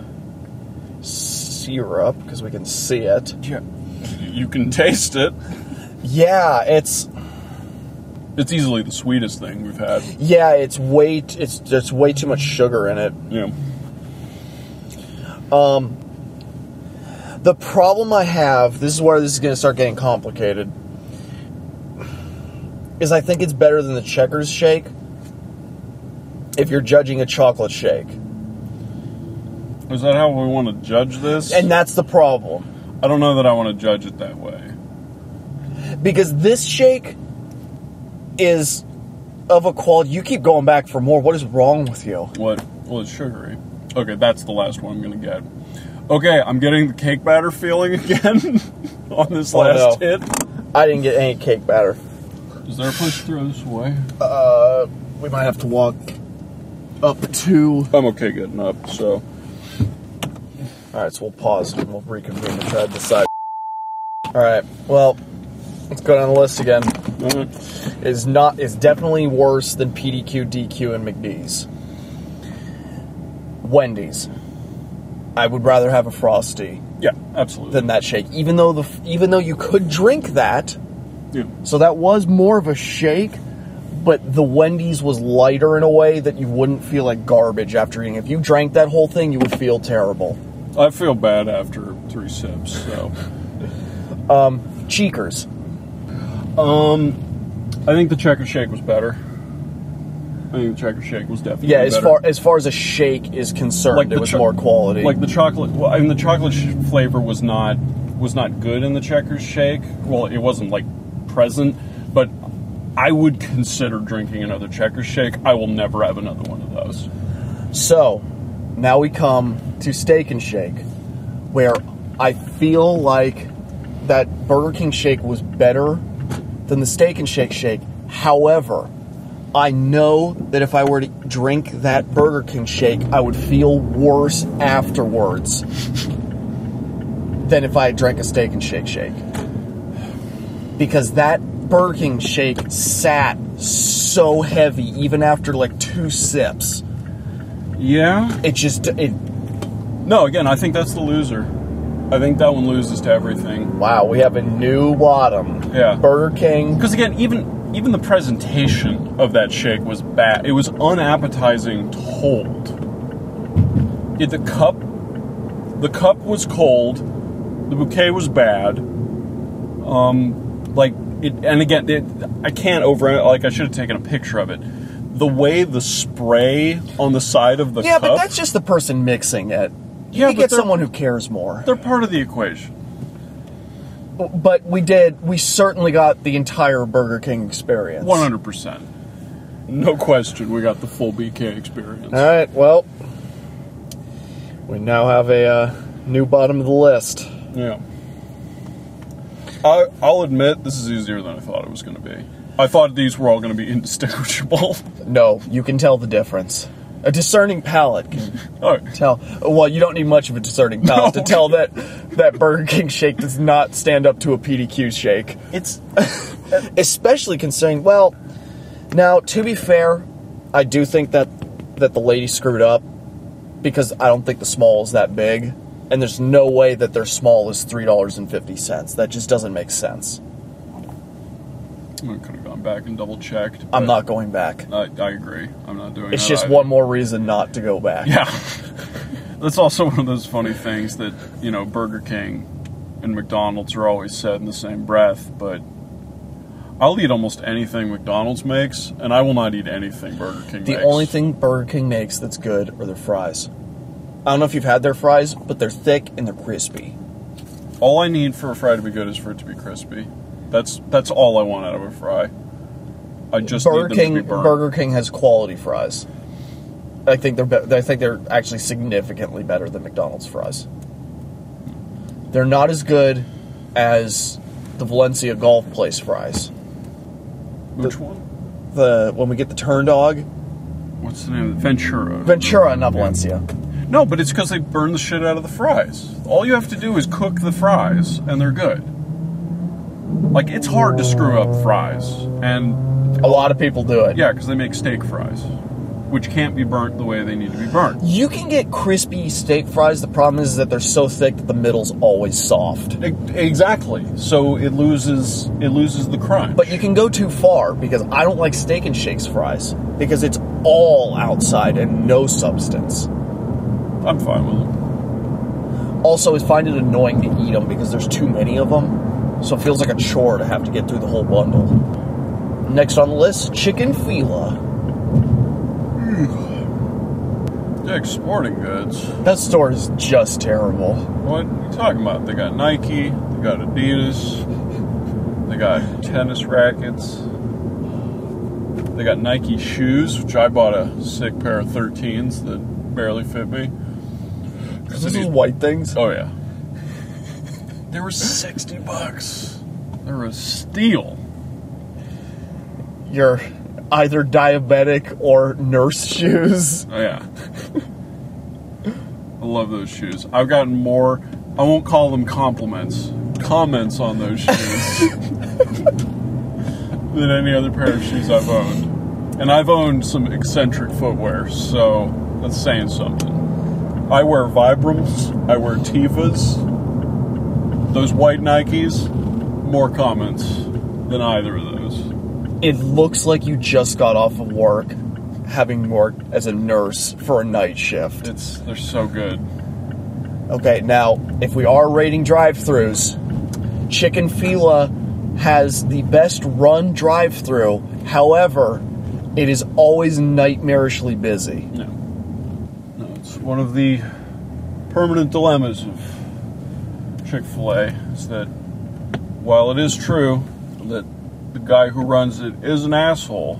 [SPEAKER 2] syrup, because we can see it.
[SPEAKER 1] Yeah. You can taste it.
[SPEAKER 2] Yeah, it's.
[SPEAKER 1] It's easily the sweetest thing we've had.
[SPEAKER 2] Yeah, it's way. T- it's just way too much sugar in it.
[SPEAKER 1] Yeah.
[SPEAKER 2] The problem I have, this is where this is going to start getting complicated, is I think it's better than the checkers shake if you're judging a chocolate shake.
[SPEAKER 1] Is that how we want to judge this?
[SPEAKER 2] And that's the problem.
[SPEAKER 1] I don't know that I want to judge it that way.
[SPEAKER 2] Because this shake is of a quality. You keep going back for more. What is wrong with you?
[SPEAKER 1] What? Well, it's sugary. Okay, that's the last one I'm gonna get. Okay, I'm getting the cake batter feeling again on this
[SPEAKER 2] Oh,
[SPEAKER 1] last
[SPEAKER 2] no.
[SPEAKER 1] hit.
[SPEAKER 2] I didn't get any cake batter.
[SPEAKER 1] Is there a place to throw this away?
[SPEAKER 2] Uh, we might have to walk up to.
[SPEAKER 1] I'm okay getting up, so.
[SPEAKER 2] All right, so we'll pause and we'll reconvene and try to decide. All right, well, let's go down the list again.
[SPEAKER 1] uh,
[SPEAKER 2] Mm-hmm. Is not is definitely worse than PDQ, DQ, and McD's. Wendy's, I would rather have a frosty
[SPEAKER 1] Yeah, absolutely.
[SPEAKER 2] than that shake. Even though the f- even though you could drink that,
[SPEAKER 1] yeah.
[SPEAKER 2] so that was more of a shake, but the Wendy's was lighter in a way that you wouldn't feel like garbage after eating. If you drank that whole thing, you would feel terrible.
[SPEAKER 1] I feel bad after three sips, so
[SPEAKER 2] Cheekers. Um,
[SPEAKER 1] I think the checker shake was better. I think the checker shake was definitely
[SPEAKER 2] Yeah, as
[SPEAKER 1] better.
[SPEAKER 2] far as far as a shake is concerned, it was
[SPEAKER 1] cho-
[SPEAKER 2] more quality.
[SPEAKER 1] Like the chocolate, well, I mean the chocolate sh- flavor was not was not good in the Checkers shake. Well, it wasn't like present, but I would consider drinking another Checkers shake. I will never have another one of those.
[SPEAKER 2] So, now we come to Steak and Shake, where I feel like that Burger King shake was better than the Steak and Shake shake. However, I know that if I were to drink that Burger King shake, I would feel worse afterwards than if I had drank a Steak and Shake shake. Because that Burger King shake sat so heavy even after like two sips
[SPEAKER 1] Yeah.
[SPEAKER 2] it just it
[SPEAKER 1] No, again, I think that's the loser. I think that one loses to everything.
[SPEAKER 2] wow we have a new bottom
[SPEAKER 1] Yeah.
[SPEAKER 2] burger king
[SPEAKER 1] Because again, even even the presentation of that shake was bad. It was unappetizing cold. It, the cup the cup was cold. The bouquet was bad. Um, like it, and again, it, I can't over. Like I should have taken a picture of it. The way the spray on the side of the
[SPEAKER 2] yeah
[SPEAKER 1] cup.
[SPEAKER 2] but that's just the person mixing it
[SPEAKER 1] Yeah,
[SPEAKER 2] you
[SPEAKER 1] but
[SPEAKER 2] get
[SPEAKER 1] they're-
[SPEAKER 2] someone who cares more
[SPEAKER 1] they're part of the equation.
[SPEAKER 2] but we did we certainly got the entire burger king experience
[SPEAKER 1] One hundred percent. No question, we got the full BK experience.
[SPEAKER 2] all right well we now have a uh, new bottom of the list
[SPEAKER 1] Yeah. I, I'll admit this is easier than I thought it was going to be. I thought these were all going to be indistinguishable.
[SPEAKER 2] no you can tell the difference a discerning palate can
[SPEAKER 1] all right.
[SPEAKER 2] tell well you don't need much of a discerning palate
[SPEAKER 1] No.
[SPEAKER 2] to tell that that burger king shake does not stand up to a pdq shake
[SPEAKER 1] It's
[SPEAKER 2] especially considering well now to be fair i do think that that the lady screwed up because i don't think the small is that big and there's no way that their small is $3.50 that just doesn't make sense
[SPEAKER 1] I could have gone back and double checked.
[SPEAKER 2] i'm not going back
[SPEAKER 1] I, I agree. I'm not doing.
[SPEAKER 2] it's
[SPEAKER 1] that
[SPEAKER 2] just
[SPEAKER 1] either.
[SPEAKER 2] one more reason not to go back
[SPEAKER 1] Yeah. That's also one of those funny things that you know Burger King and McDonald's are always said in the same breath, but. I'll eat almost anything McDonald's makes, and I will not eat anything Burger King
[SPEAKER 2] the
[SPEAKER 1] makes.
[SPEAKER 2] only thing burger king makes that's good are their fries i don't know if you've had their fries but they're thick and they're crispy
[SPEAKER 1] All I need for a fry to be good is for it to be crispy. That's that's all I want out of a fry. I just
[SPEAKER 2] Burger
[SPEAKER 1] need them to
[SPEAKER 2] King
[SPEAKER 1] be burnt.
[SPEAKER 2] Burger King has quality fries. I think they're be- I think they're actually significantly better than McDonald's fries. They're not as good as the Valencia Golf Place fries.
[SPEAKER 1] Which one?
[SPEAKER 2] The when we get the turn dog,
[SPEAKER 1] What's the name? of it? Ventura.
[SPEAKER 2] Ventura, not Valencia.
[SPEAKER 1] no, but it's because they burn the shit out of the fries. All you have to do is cook the fries, and they're good. Like it's hard to screw up fries, and
[SPEAKER 2] A lot of people do it.
[SPEAKER 1] yeah, because they make steak fries, which can't be burnt the way they need to be burnt.
[SPEAKER 2] You can get crispy steak fries. The problem is that they're so thick that the middle's always soft.
[SPEAKER 1] E- Exactly. So it loses it loses the crunch.
[SPEAKER 2] But you can go too far because I don't like steak and shakes fries because it's all outside and no substance.
[SPEAKER 1] I'm fine with it.
[SPEAKER 2] Also, I find it annoying to eat them because there's too many of them, so it feels like a chore to have to get through the whole bundle. Next on the list, chicken fila.
[SPEAKER 1] Dick Sporting Goods.
[SPEAKER 2] That store is just terrible.
[SPEAKER 1] What are you talking about? They got Nike, they got Adidas, they got tennis rackets, they got Nike shoes, which I bought a sick pair of 13s that barely fit me.
[SPEAKER 2] Is this is white things?
[SPEAKER 1] Oh, yeah. They were 60 bucks. They were a steal.
[SPEAKER 2] You're either diabetic or nurse shoes.
[SPEAKER 1] Oh, yeah. I love those shoes. I've gotten more, I won't call them compliments, comments on those shoes than any other pair of shoes I've owned. And I've owned some eccentric footwear, so that's saying something. I wear Vibrams. I wear Tivas. Those white Nikes. More comments than either of those.
[SPEAKER 2] It looks like you just got off of work, having worked as a nurse for a night shift.
[SPEAKER 1] It's they're so good.
[SPEAKER 2] Okay, now, if we are rating drive throughs, Chicken Fila has the best run drive through. However, it is always nightmarishly busy.
[SPEAKER 1] No. No, it's one of the permanent dilemmas of Chick fil A is that while it is true that the guy who runs it is an asshole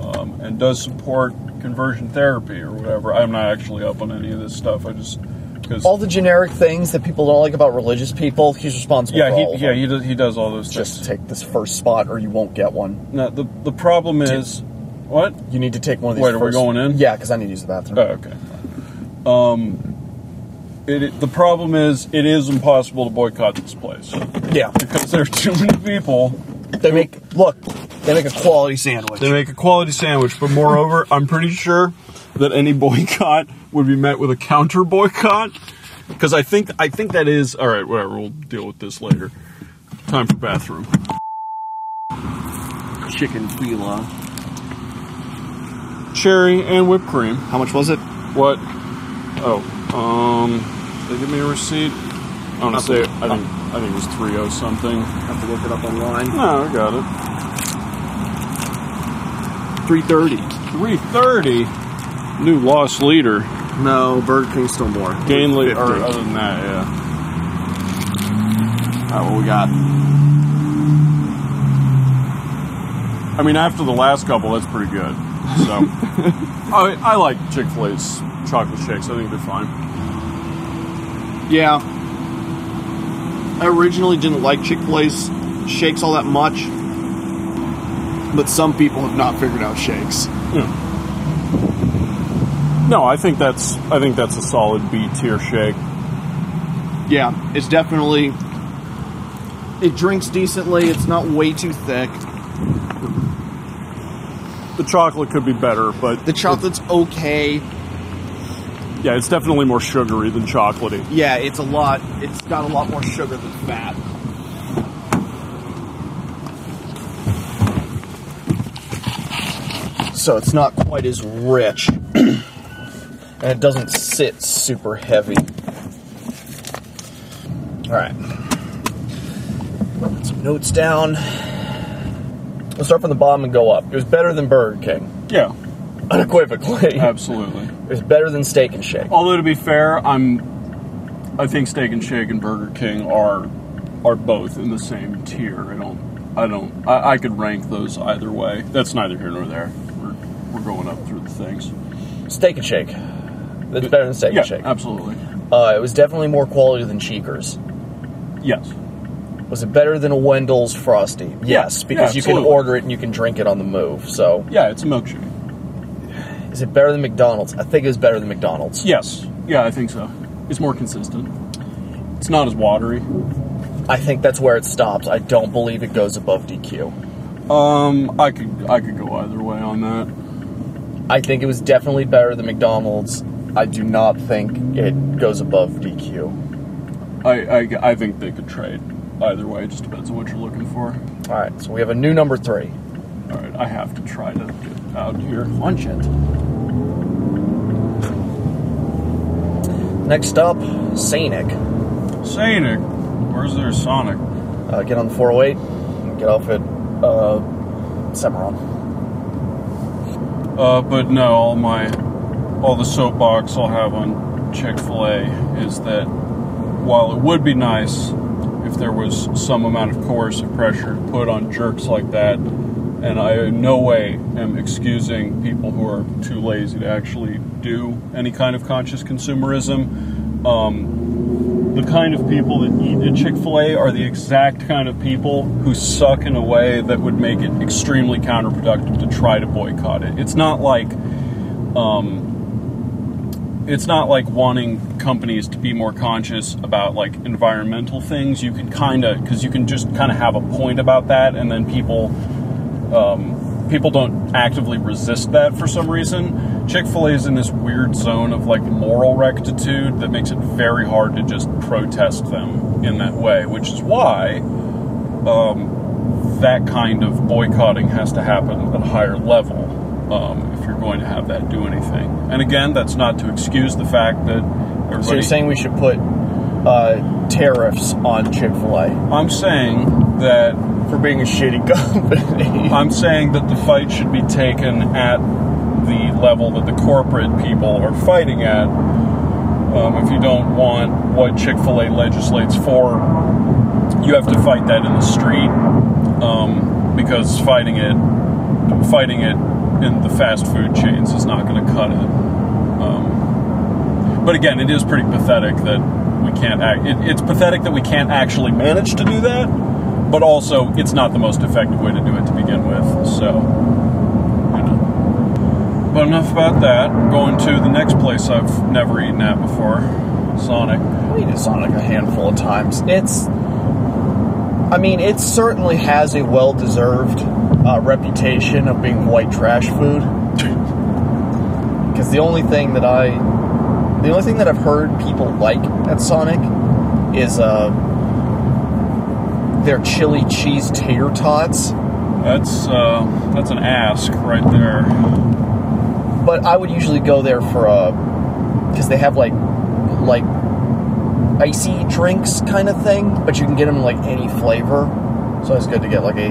[SPEAKER 1] um, and does support conversion therapy or whatever, I'm not actually up on any of this stuff. I just. Cause,
[SPEAKER 2] All the generic things that people don't like about religious people, he's responsible
[SPEAKER 1] yeah,
[SPEAKER 2] for all
[SPEAKER 1] he,
[SPEAKER 2] of
[SPEAKER 1] yeah,
[SPEAKER 2] them.
[SPEAKER 1] he does, he does all those
[SPEAKER 2] Just
[SPEAKER 1] things.
[SPEAKER 2] take this first spot or you won't get one.
[SPEAKER 1] now, the, the problem is. What?
[SPEAKER 2] You need to take one of these
[SPEAKER 1] Wait, are we
[SPEAKER 2] first-
[SPEAKER 1] going in?
[SPEAKER 2] Yeah, because I need to use the bathroom.
[SPEAKER 1] Oh, okay. Um, it, it- the problem is it is impossible to boycott this place
[SPEAKER 2] Yeah.
[SPEAKER 1] because there are too many people.
[SPEAKER 2] They make look. They make a quality sandwich.
[SPEAKER 1] They make a quality sandwich, but moreover, I'm pretty sure that any boycott would be met with a counter boycott because I think I think that is all right. Whatever, we'll deal with this later. Time for bathroom.
[SPEAKER 2] Chicken fila.
[SPEAKER 1] Cherry and whipped cream.
[SPEAKER 2] How much was it?
[SPEAKER 1] What? Oh, um, they give me a receipt. I want to say I think I think it was three o something.
[SPEAKER 2] Have to look it up online.
[SPEAKER 1] No, Ah, I got it.
[SPEAKER 2] Three thirty.
[SPEAKER 1] 330. New lost leader.
[SPEAKER 2] No, Burger King still more.
[SPEAKER 1] Gain leader. Or
[SPEAKER 2] 350.
[SPEAKER 1] other than that, yeah.
[SPEAKER 2] All right, what we got?
[SPEAKER 1] I mean, after the last couple, that's pretty good. So, I, I like Chick fil A's chocolate shakes. I think they're fine.
[SPEAKER 2] Yeah. I originally didn't like Chick Fil A's shakes all that much, but some people have not figured out shakes.
[SPEAKER 1] No, I think that's I think that's a solid B tier shake.
[SPEAKER 2] Yeah, it's definitely. It drinks decently. It's not way too thick.
[SPEAKER 1] The chocolate could be better, but
[SPEAKER 2] The chocolate's okay.
[SPEAKER 1] yeah, it's definitely more sugary than chocolatey.
[SPEAKER 2] Yeah, it's a lot. It's got a lot more sugar than fat. So it's not quite as rich. and it doesn't sit super heavy. Alright. Put Some notes down. We'll start from the bottom and go up. It was better than Burger King,
[SPEAKER 1] Yeah,
[SPEAKER 2] unequivocally.
[SPEAKER 1] Uh,
[SPEAKER 2] It
[SPEAKER 1] absolutely.
[SPEAKER 2] was better than Steak and Shake.
[SPEAKER 1] Although to be fair, I'm I think Steak and Shake and Burger King are are both in the same tier. I don't I don't I, I could rank those either way. That's neither here nor there. We're we're going up through the things.
[SPEAKER 2] Steak and Shake. It's better than Steak
[SPEAKER 1] yeah,
[SPEAKER 2] and Shake.
[SPEAKER 1] absolutely.
[SPEAKER 2] Uh, it was definitely more quality than Cheekers.
[SPEAKER 1] Yes.
[SPEAKER 2] Was it better than a Wendell's Frosty? Yes, because
[SPEAKER 1] yeah,
[SPEAKER 2] you can
[SPEAKER 1] absolutely.
[SPEAKER 2] order it and you can drink it on the move. So,
[SPEAKER 1] Yeah, it's a milkshake.
[SPEAKER 2] is it better than McDonald's? I think it was better than McDonald's.
[SPEAKER 1] Yes. Yeah, I think so. It's more consistent. It's not as watery.
[SPEAKER 2] I think that's where it stops. I don't believe it goes above DQ.
[SPEAKER 1] Um, I could I could go either way on that.
[SPEAKER 2] I think it was definitely better than McDonald's. I do not think it goes above DQ.
[SPEAKER 1] I I, I think they could trade either way. It just depends on what you're looking for.
[SPEAKER 2] All right, so we have a new number three.
[SPEAKER 1] All right, I have to try to get out here.
[SPEAKER 2] Punch it. Next up, Scenic.
[SPEAKER 1] Sonic. Where's their Sonic?
[SPEAKER 2] uh, get on the 408 and get off at uh, Cimarron.
[SPEAKER 1] Uh, but no, all my, all the soapbox I'll have on Chick Fil A is that while it would be nice if there was some amount of coercive pressure to put on jerks like that, and I in no way am excusing people who are too lazy to actually do any kind of conscious consumerism. Um, the kind of people that eat at Chick fil A are the exact kind of people who suck in a way that would make it extremely counterproductive to try to boycott it. It's not like um, it's not like wanting companies to be more conscious about like environmental things. You can kind of because you can just kind of have a point about that, and then people um, people don't actively resist that for some reason. Chick fil A is in this weird zone of like moral rectitude that makes it very hard to just protest them in that way, which is why um, that kind of boycotting has to happen at a higher level um, if you're going to have that do anything. And again, that's not to excuse the fact that everybody.
[SPEAKER 2] So you're saying we should put uh, tariffs on Chick Fil A
[SPEAKER 1] I'm saying that
[SPEAKER 2] for being a shitty company?
[SPEAKER 1] I'm saying that the fight should be taken at the level that the corporate people are fighting at. Um, if you don't want what Chick fil A legislates for, you have to fight that in the street um, because fighting it, fighting it in the fast food chains is not going to cut it. Um, but again, it is pretty pathetic that we can't act. It, it's pathetic that we can't actually manage to do that, but also it's not the most effective way to do it to begin with. So. you know. But enough about that. I'm going to the next place I've never eaten at before, Sonic.
[SPEAKER 2] We just on like a handful of times. It's, I mean, it certainly has a well deserved uh, reputation of being white trash food. Because the only thing that I, the only thing that I've heard people like at Sonic is uh, their chili cheese tater tots.
[SPEAKER 1] That's uh, that's an ask right there.
[SPEAKER 2] but I would usually go there for a because they have like like icy drinks kind of thing, but you can get them in, like any flavor. So it's good to get like a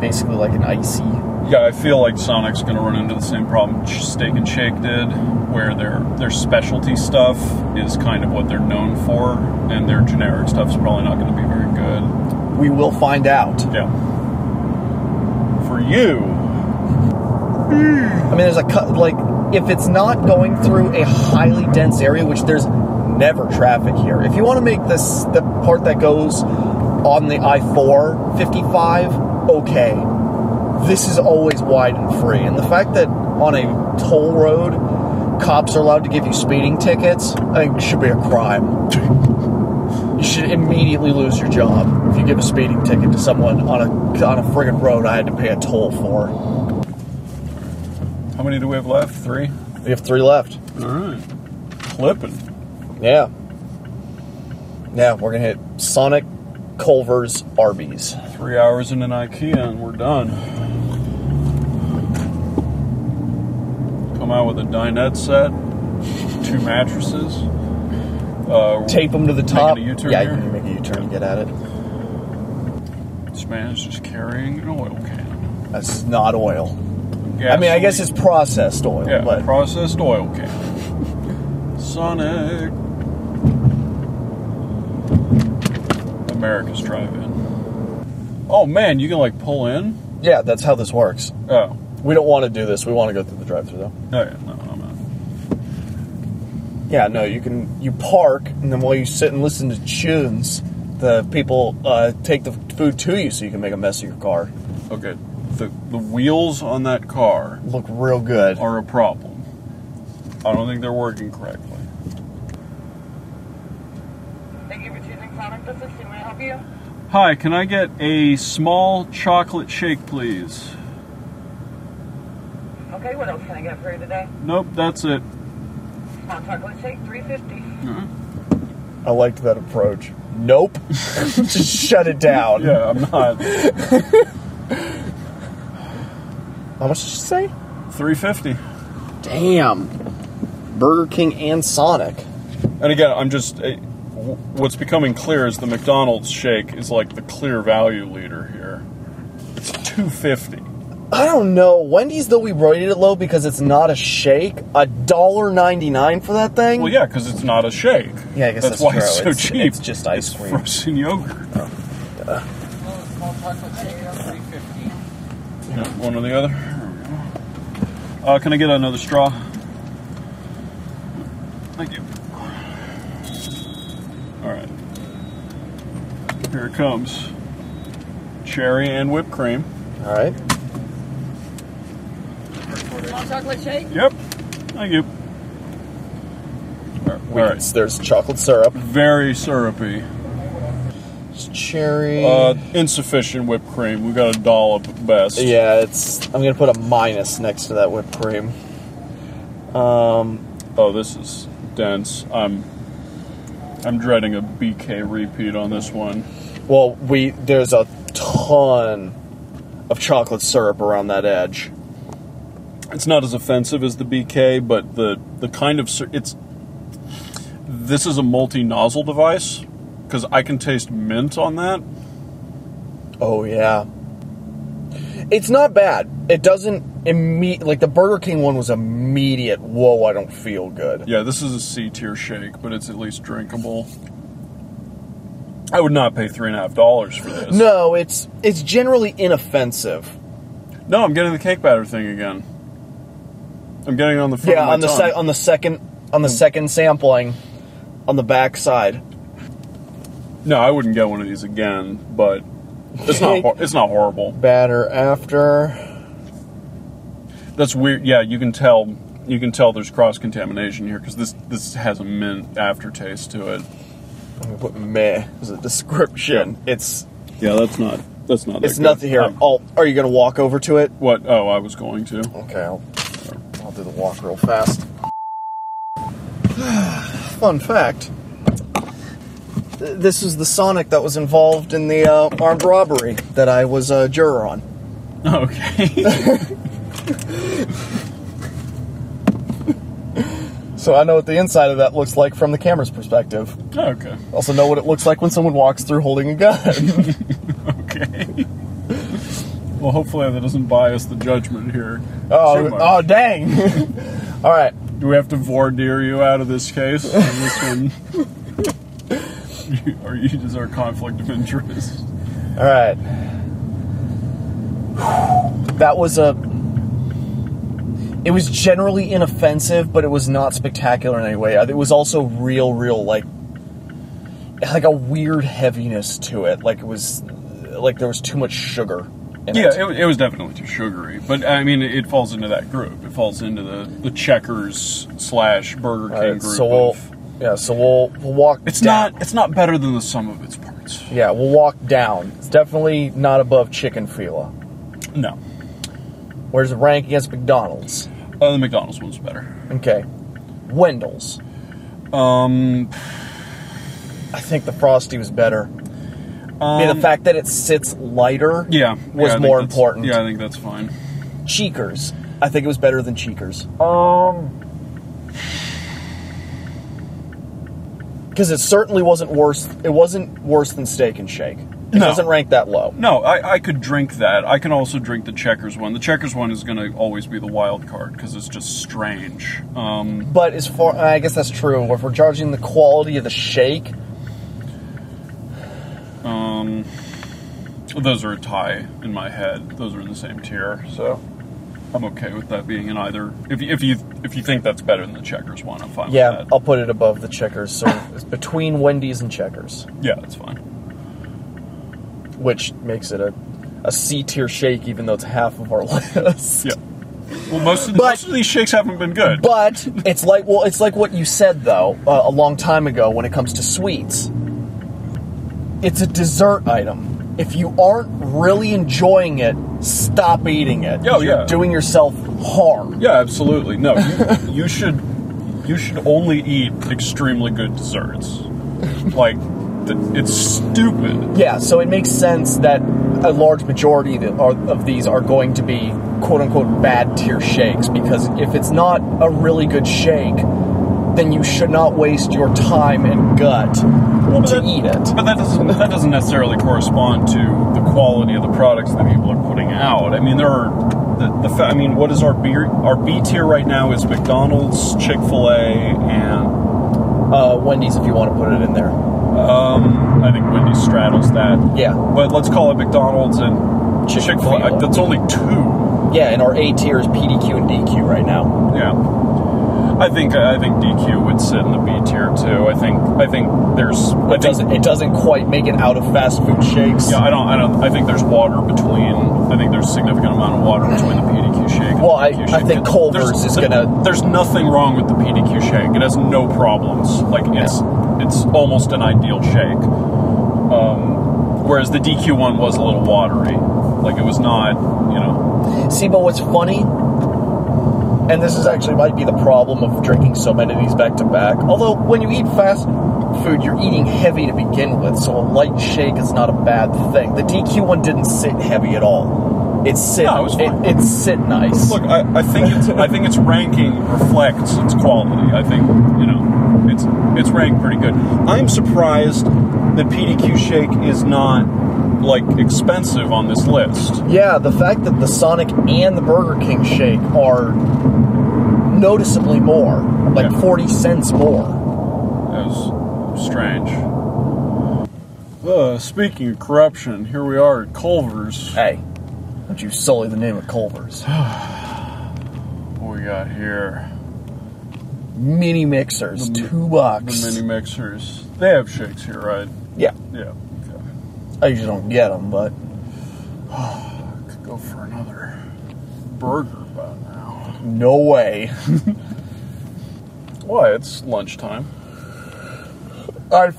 [SPEAKER 2] basically like an icy.
[SPEAKER 1] Yeah, I feel like Sonic's going to run into the same problem Ch- Steak and Shake did, where their their specialty stuff is kind of what they're known for, and their generic stuff's probably not going to be very good.
[SPEAKER 2] We will find out.
[SPEAKER 1] Yeah. For you,
[SPEAKER 2] I mean, there's a cut like if it's not going through a highly dense area, which there's never traffic here. If you want to make this the part that goes on the I-4 55, okay. This is always wide and free, and the fact that on a toll road, cops are allowed to give you speeding tickets, I think should be a crime. You should immediately lose your job if you give a speeding ticket to someone on a on a friggin' road I had to pay a toll for.
[SPEAKER 1] how many do we have left? Three.
[SPEAKER 2] We have three left.
[SPEAKER 1] All right, clipping.
[SPEAKER 2] Yeah. Yeah, we're gonna hit Sonic, Culver's, Arby's.
[SPEAKER 1] Three hours in an IKEA, and we're done. Come out with a dinette set, two mattresses. Uh,
[SPEAKER 2] Tape them to the
[SPEAKER 1] Making
[SPEAKER 2] top.
[SPEAKER 1] a U-turn
[SPEAKER 2] yeah,
[SPEAKER 1] here?
[SPEAKER 2] you can make a U-turn to get at it.
[SPEAKER 1] This man is just carrying an oil can.
[SPEAKER 2] That's not oil. I mean, I guess it's
[SPEAKER 1] Gasoline.
[SPEAKER 2] processed oil,
[SPEAKER 1] yeah,
[SPEAKER 2] but
[SPEAKER 1] processed oil can. Sonic. America's Drive-In. Oh man, you can like pull in.
[SPEAKER 2] yeah, that's how this works.
[SPEAKER 1] Oh,
[SPEAKER 2] We don't want to do this. We want to go through the drive-through though.
[SPEAKER 1] no, yeah, no, I'm not.
[SPEAKER 2] Yeah, no, you can you park and then while you sit and listen to tunes, the people uh, take the food to you so you can make a mess of your car.
[SPEAKER 1] Okay, the the wheels on that car
[SPEAKER 2] Look real good.
[SPEAKER 1] are a problem. I don't think they're working correctly.
[SPEAKER 3] Thank you for choosing Sonic. This is Sue. May I help you?
[SPEAKER 1] Hi, can I get a small chocolate shake, please?
[SPEAKER 3] Okay, what else can I get for you today?
[SPEAKER 1] Nope, that's it.
[SPEAKER 3] Small chocolate shake, 350.
[SPEAKER 2] I liked that approach. Nope. Just shut it down.
[SPEAKER 1] Yeah, I'm not.
[SPEAKER 2] How much did you say?
[SPEAKER 1] 350.
[SPEAKER 2] Damn. Burger King and Sonic.
[SPEAKER 1] And again, I'm just. eh, w what's becoming clear is the McDonald's shake is like the clear value leader here. It's 250.
[SPEAKER 2] I don't know. Wendy's though we rated it low because it's not a shake. A dollar ninety nine for that thing.
[SPEAKER 1] Well, yeah, because it's not a shake.
[SPEAKER 2] Yeah, I guess that's
[SPEAKER 1] why
[SPEAKER 2] true.
[SPEAKER 1] it's so
[SPEAKER 2] It's-
[SPEAKER 1] cheap.
[SPEAKER 2] it's just ice
[SPEAKER 1] It's
[SPEAKER 2] cream.
[SPEAKER 1] frozen yogurt. Yeah, one or the other. Uh, can I get another straw? Thank you. All right. Here it comes. Cherry and whipped cream.
[SPEAKER 2] All right.
[SPEAKER 4] Small chocolate shake.
[SPEAKER 1] Yep. Thank you. All
[SPEAKER 2] We,
[SPEAKER 1] right.
[SPEAKER 2] There's chocolate syrup.
[SPEAKER 1] Very syrupy.
[SPEAKER 2] It's cherry.
[SPEAKER 1] Uh, insufficient whipped cream. We got a dollop at best.
[SPEAKER 2] yeah, it's. I'm gonna put a minus next to that whipped cream. Um,
[SPEAKER 1] Oh, this is dense. I'm I'm dreading a BK repeat on this one.
[SPEAKER 2] well, we there's a ton of chocolate syrup around that edge.
[SPEAKER 1] It's not as offensive as the BK, but the the kind of sir- it's this is a multi nozzle device because I can taste mint on that.
[SPEAKER 2] Oh yeah. It's not bad. It doesn't imme like the Burger King one was immediate. Whoa, I don't feel good.
[SPEAKER 1] Yeah, this is a C tier shake, but it's at least drinkable. I would not pay three and a half dollars for this.
[SPEAKER 2] No, it's it's generally inoffensive.
[SPEAKER 1] No, I'm getting the cake batter thing again. I'm getting it on the front.
[SPEAKER 2] Yeah,
[SPEAKER 1] of my
[SPEAKER 2] on the
[SPEAKER 1] tongue. Hmm.
[SPEAKER 2] sec- on the second on the second sampling, on the back side.
[SPEAKER 1] No, I wouldn't get one of these again, but it's not hor- it's not horrible.
[SPEAKER 2] Batter after.
[SPEAKER 1] That's weird. Yeah, you can tell you can tell there's cross contamination here because this this has a mint aftertaste to it.
[SPEAKER 2] I'm gonna put meh as a description. It's
[SPEAKER 1] Yeah, that's not that's not.
[SPEAKER 2] it's nothing here. oh, are you gonna walk over to it?
[SPEAKER 1] Uh, what? Oh, I was going to.
[SPEAKER 2] Okay, I'll, I'll do the walk real fast. Fun fact th- this is the Sonic that was involved in the uh, armed robbery that I was a juror on.
[SPEAKER 1] Okay.
[SPEAKER 2] So I know what the inside of that looks like from the camera's perspective.
[SPEAKER 1] okay.
[SPEAKER 2] Also, know what it looks like when someone walks through holding a gun.
[SPEAKER 1] Okay. Well, hopefully that doesn't bias the judgment here.
[SPEAKER 2] oh,
[SPEAKER 1] too much.
[SPEAKER 2] oh, dang. All right.
[SPEAKER 1] Do we have to voir dire you out of this case? On this one? You- Are you is there a conflict of interest?
[SPEAKER 2] All right. That was a. It was generally inoffensive, but it was not spectacular in any way. It was also real, real like like a weird heaviness to it. Like it was like there was too much sugar. In
[SPEAKER 1] Yeah,
[SPEAKER 2] it.
[SPEAKER 1] it, it was definitely too sugary, but I mean, it falls into that group. It falls into the the Checkers slash Burger King
[SPEAKER 2] All right,
[SPEAKER 1] group.
[SPEAKER 2] so we'll
[SPEAKER 1] of-
[SPEAKER 2] yeah, so we'll we'll walk.
[SPEAKER 1] it's
[SPEAKER 2] down.
[SPEAKER 1] not it's not better than the sum of its parts.
[SPEAKER 2] Yeah, we'll walk down. It's definitely not above chicken fila.
[SPEAKER 1] No,
[SPEAKER 2] Where's the rank against McDonald's?
[SPEAKER 1] uh, the McDonald's one's better.
[SPEAKER 2] Okay, Wendell's.
[SPEAKER 1] Um,
[SPEAKER 2] I think the frosty was better. I mean,
[SPEAKER 1] um,
[SPEAKER 2] the fact that it sits lighter
[SPEAKER 1] yeah yeah, I
[SPEAKER 2] was
[SPEAKER 1] think
[SPEAKER 2] more
[SPEAKER 1] that's-
[SPEAKER 2] important.
[SPEAKER 1] Yeah, I think that's fine.
[SPEAKER 2] Cheekers. I think it was better than Cheekers.
[SPEAKER 1] Um,
[SPEAKER 2] Because it certainly wasn't worse it wasn't worse than Steak and Shake. It
[SPEAKER 1] No.
[SPEAKER 2] doesn't rank that low.
[SPEAKER 1] no, I I could drink that. I can also drink the Checkers one. The Checkers one is going to always be the wild card because it's just strange. Um,
[SPEAKER 2] But as far I guess that's true. If we're judging the quality of the shake,
[SPEAKER 1] um, those are a tie in my head. Those are in the same tier, so I'm okay with that being in either. If you, if you if you think that's better than the Checkers one, I'm fine.
[SPEAKER 2] yeah,
[SPEAKER 1] with that.
[SPEAKER 2] I'll put it above the checkers. So it's between Wendy's and checkers,
[SPEAKER 1] yeah, that's fine.
[SPEAKER 2] which makes it a, a C tier shake even though it's half of our list.
[SPEAKER 1] Yeah. Well, most of,
[SPEAKER 2] But-
[SPEAKER 1] most of these shakes haven't been good.
[SPEAKER 2] But it's like well, it's like what you said though uh, a long time ago when it comes to sweets. It's a dessert item. If you aren't really enjoying it, stop eating it.
[SPEAKER 1] Oh,
[SPEAKER 2] You're
[SPEAKER 1] yeah.
[SPEAKER 2] doing yourself harm.
[SPEAKER 1] yeah, absolutely. No, you, you should you should only eat extremely good desserts. Like, th- it's stupid.
[SPEAKER 2] Yeah, so it makes sense that a large majority that are, of these are going to be quote unquote bad tier shakes because if it's not a really good shake, then you should not waste your time and gut to
[SPEAKER 1] that-
[SPEAKER 2] eat it.
[SPEAKER 1] But that doesn't that doesn't necessarily correspond to the quality of the products that people are putting out. I mean, there are the, the fa- I mean, what is our B our B tier right now is McDonald's, Chick Fil A, and
[SPEAKER 2] Uh, Wendy's, if you want to put it in there.
[SPEAKER 1] um, I think Wendy's straddles that.
[SPEAKER 2] Yeah.
[SPEAKER 1] But let's call it McDonald's and
[SPEAKER 2] Chick-fil-A.
[SPEAKER 1] Chick Fil A. That's only two.
[SPEAKER 2] Yeah, and our A tier is PDQ and DQ right now.
[SPEAKER 1] Yeah. I think I think DQ would sit in the B tier too. I think I think there's I
[SPEAKER 2] It
[SPEAKER 1] think
[SPEAKER 2] doesn't it doesn't quite make it out of fast food shakes.
[SPEAKER 1] Yeah, I don't, I don't. I think there's water between. I think there's a significant amount of water between the PDQ shake. And
[SPEAKER 2] Well,
[SPEAKER 1] the
[SPEAKER 2] I-
[SPEAKER 1] PDQ
[SPEAKER 2] I
[SPEAKER 1] shake.
[SPEAKER 2] think Culver's
[SPEAKER 1] There's-
[SPEAKER 2] is
[SPEAKER 1] there-
[SPEAKER 2] gonna-
[SPEAKER 1] There's nothing wrong with the PDQ shake. It has no problems. Like it's it's almost an ideal shake. Um, whereas the DQ one was a little watery. Like it was not. You know.
[SPEAKER 2] See, but what's funny and this is actually might be the problem of drinking so many of these back to back. Although when you eat fast food, you're eating heavy to begin with, so a light shake is not a bad thing. The DQ one didn't sit heavy at all. It sit
[SPEAKER 1] No, it was fine.
[SPEAKER 2] it, it sit nice.
[SPEAKER 1] Look, I, I think it's, I think its ranking reflects its quality. I think you know it's it's ranked pretty good. I'm surprised that PDQ Shake is not like expensive on this list.
[SPEAKER 2] Yeah, the fact that the Sonic and the Burger King shake are noticeably more, like
[SPEAKER 1] Yeah.
[SPEAKER 2] 40 cents more.
[SPEAKER 1] That was strange. Uh, speaking of corruption, here we are at Culver's.
[SPEAKER 2] Hey, don't you sully the name of Culver's.
[SPEAKER 1] What we got here?
[SPEAKER 2] Mini mixers,
[SPEAKER 1] The mi-
[SPEAKER 2] two
[SPEAKER 1] The
[SPEAKER 2] bucks.
[SPEAKER 1] mini mixers. They have shakes here, right?
[SPEAKER 2] yeah,
[SPEAKER 1] Yeah. Okay.
[SPEAKER 2] I usually don't get them, but
[SPEAKER 1] Could go for another burger by now.
[SPEAKER 2] no way.
[SPEAKER 1] Why? It's lunchtime.
[SPEAKER 2] I,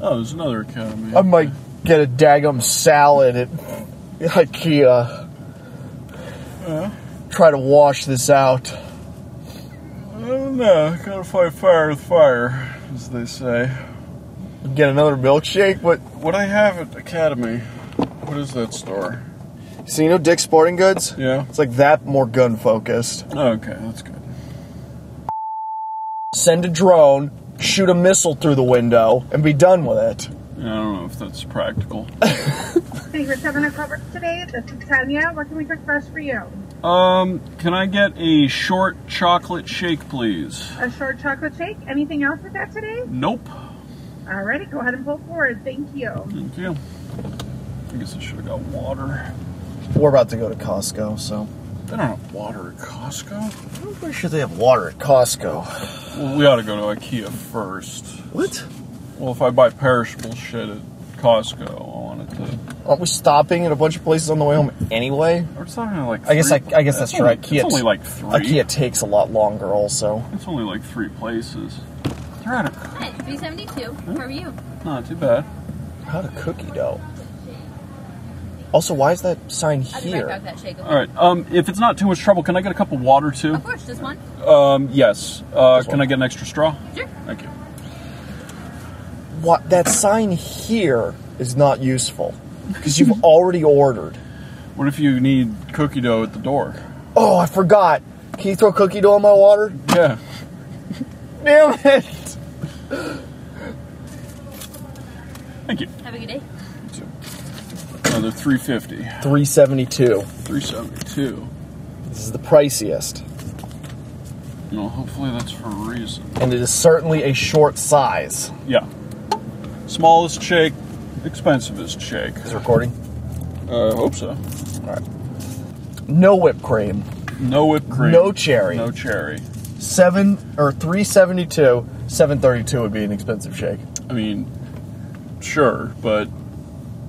[SPEAKER 1] Oh, there's another academy.
[SPEAKER 2] I might get a daggum salad at IKEA. Try to wash this out.
[SPEAKER 1] Oh, I don't know. Gotta fight fire with fire, as they say.
[SPEAKER 2] Get another milkshake, but
[SPEAKER 1] What I have at Academy, what is that store?
[SPEAKER 2] so you know Dick's Sporting Goods?
[SPEAKER 1] Yeah. Oh,
[SPEAKER 2] It's like that, more gun focused.
[SPEAKER 1] Okay, that's good.
[SPEAKER 2] send a drone, shoot a missile through the window, and be done with it.
[SPEAKER 1] Yeah, I don't know if that's practical.
[SPEAKER 3] Finger seven o'clock today. This is Tanya. What can we cook fresh for you?
[SPEAKER 1] Um, can I get a short chocolate shake, please?
[SPEAKER 3] A short chocolate shake. Anything else with that today?
[SPEAKER 1] Nope.
[SPEAKER 3] Alrighty, go ahead and pull forward. Thank you.
[SPEAKER 1] Thank you. I guess I should have got water.
[SPEAKER 2] We're about to go to Costco, so
[SPEAKER 1] They don't have water at Costco.
[SPEAKER 2] I'm pretty sure they have water at Costco.
[SPEAKER 1] Well, we ought to go to IKEA first.
[SPEAKER 2] What?
[SPEAKER 1] Well, if I buy perishable shit at Costco, I want it to.
[SPEAKER 2] Aren't we stopping at a bunch of places on the way home anyway?
[SPEAKER 1] We're talking like.
[SPEAKER 2] I guess
[SPEAKER 1] three-
[SPEAKER 2] I- I guess that's
[SPEAKER 1] It's
[SPEAKER 2] true.
[SPEAKER 1] only-
[SPEAKER 2] IKEA-
[SPEAKER 1] It's only like three.
[SPEAKER 2] IKEA takes a lot longer, also.
[SPEAKER 1] It's only like three places. They're out of.
[SPEAKER 4] Hi, 372. How are you?
[SPEAKER 1] Not too bad.
[SPEAKER 2] How to cookie dough? Also, why is that sign
[SPEAKER 4] I'll be right back
[SPEAKER 2] here?
[SPEAKER 4] with that shake.
[SPEAKER 1] All right. Um, if it's not too much trouble, can I get a cup of water too?
[SPEAKER 4] Of course, just one.
[SPEAKER 1] Um, yes. Uh,
[SPEAKER 2] This
[SPEAKER 1] can
[SPEAKER 2] one.
[SPEAKER 1] I get an extra straw?
[SPEAKER 4] Sure.
[SPEAKER 1] Thank you.
[SPEAKER 2] What that sign here is not useful because you've already ordered.
[SPEAKER 1] What if you need cookie dough at the door?
[SPEAKER 2] Oh, I forgot. Can you throw cookie dough in my water?
[SPEAKER 1] Yeah.
[SPEAKER 2] Damn it!
[SPEAKER 1] Thank you.
[SPEAKER 4] Have a good day.
[SPEAKER 1] Another 350.
[SPEAKER 2] Three seventy-two.
[SPEAKER 1] 372.
[SPEAKER 2] This is the priciest.
[SPEAKER 1] No, hopefully that's for a reason.
[SPEAKER 2] and it is certainly a short size.
[SPEAKER 1] Yeah. Smallest shake, expensivest shake.
[SPEAKER 2] Is it recording?
[SPEAKER 1] Uh, hope so.
[SPEAKER 2] No whipped cream,
[SPEAKER 1] No whipped cream.
[SPEAKER 2] no cherry.
[SPEAKER 1] No cherry.
[SPEAKER 2] Seven or three seventy two, seven thirty two would be an expensive shake.
[SPEAKER 1] I mean, sure, but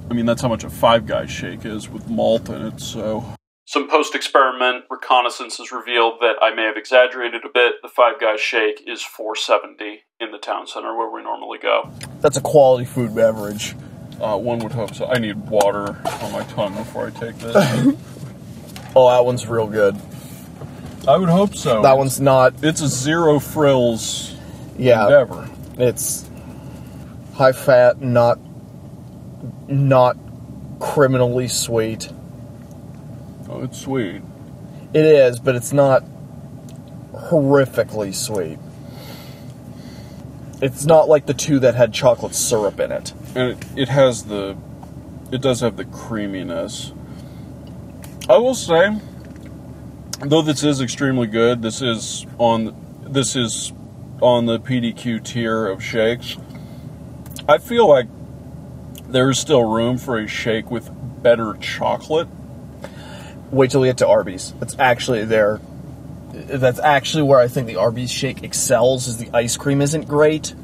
[SPEAKER 1] I mean that's how much a Five Guys shake is with malt in it. So. Some post-experiment reconnaissance has revealed that I may have exaggerated a bit. The Five Guys shake is 470 in the town center where we normally go.
[SPEAKER 2] That's a quality food beverage.
[SPEAKER 1] Uh, one would hope so. I need water on my tongue before I take this.
[SPEAKER 2] Oh, that one's real good.
[SPEAKER 1] I would hope so.
[SPEAKER 2] That one's not.
[SPEAKER 1] It's a zero frills
[SPEAKER 2] Yeah,
[SPEAKER 1] endeavor.
[SPEAKER 2] it's high fat, not not criminally sweet.
[SPEAKER 1] Oh, it's sweet.
[SPEAKER 2] It is, but it's not horrifically sweet. It's not like the two that had chocolate syrup in it.
[SPEAKER 1] And it, it has the. It does have the creaminess. I will say, though this is extremely good, this is on this is on the PDQ tier of shakes. I feel like there is still room for a shake with better chocolate.
[SPEAKER 2] wait till we get to Arby's. That's actually their. That's actually where I think the Arby's shake excels. Is the ice cream isn't great,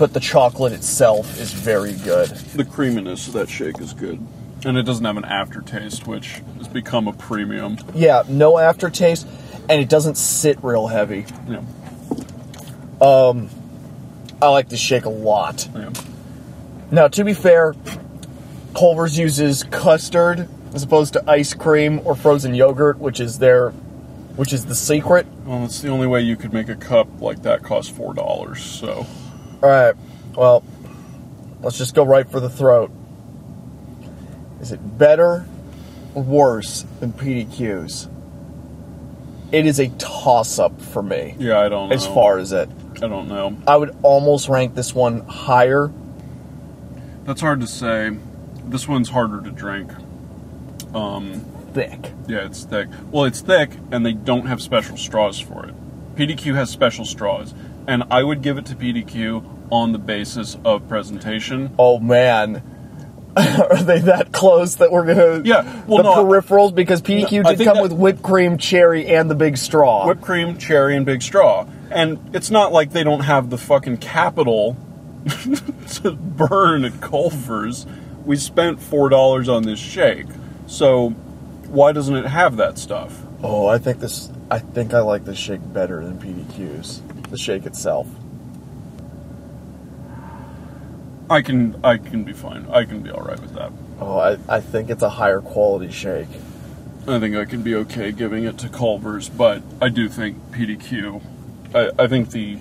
[SPEAKER 2] but the chocolate itself is very good.
[SPEAKER 1] The creaminess of that shake is good. And it doesn't have an aftertaste, which has become a premium.
[SPEAKER 2] Yeah, no aftertaste, and it doesn't sit real heavy.
[SPEAKER 1] Yeah,
[SPEAKER 2] I like the shake a lot.
[SPEAKER 1] yeah.
[SPEAKER 2] Now, to be fair, Culver's uses custard as opposed to ice cream or frozen yogurt, which is their which is the secret.
[SPEAKER 1] Well, it's the only way you could make a cup like that cost four dollars. So
[SPEAKER 2] All right. Well, let's just go right for the throat. Is it better or worse than PDQs? It is a toss up for me
[SPEAKER 1] yeah, I don't.
[SPEAKER 2] as
[SPEAKER 1] know.
[SPEAKER 2] far as it.
[SPEAKER 1] I don't know.
[SPEAKER 2] I would almost rank this one higher.
[SPEAKER 1] That's hard to say. This one's harder to drink.
[SPEAKER 2] Thick.
[SPEAKER 1] Yeah, it's thick. Well, it's thick, and they don't have special straws for it. PDQ has special straws, and I would give it to PDQ on the basis of presentation.
[SPEAKER 2] Oh man. Are they that close that we're gonna
[SPEAKER 1] Yeah, well,
[SPEAKER 2] the
[SPEAKER 1] no, I-
[SPEAKER 2] peripherals because PDQ
[SPEAKER 1] No, I
[SPEAKER 2] did
[SPEAKER 1] think
[SPEAKER 2] come
[SPEAKER 1] that-
[SPEAKER 2] with whipped cream, cherry, and the big straw.
[SPEAKER 1] Whipped cream, cherry, and big straw. And it's not like they don't have the fucking capital to burn at Culver's. We spent $4 on this shake. So why doesn't it have that stuff?
[SPEAKER 2] Oh, I think this. I think I like this shake better than PDQs. The shake itself.
[SPEAKER 1] I can I can be fine. I can be all right with that.
[SPEAKER 2] Oh, I, I think it's a higher quality shake.
[SPEAKER 1] I think I can be okay giving it to Culver's, but I do think PDQ. I, I think the,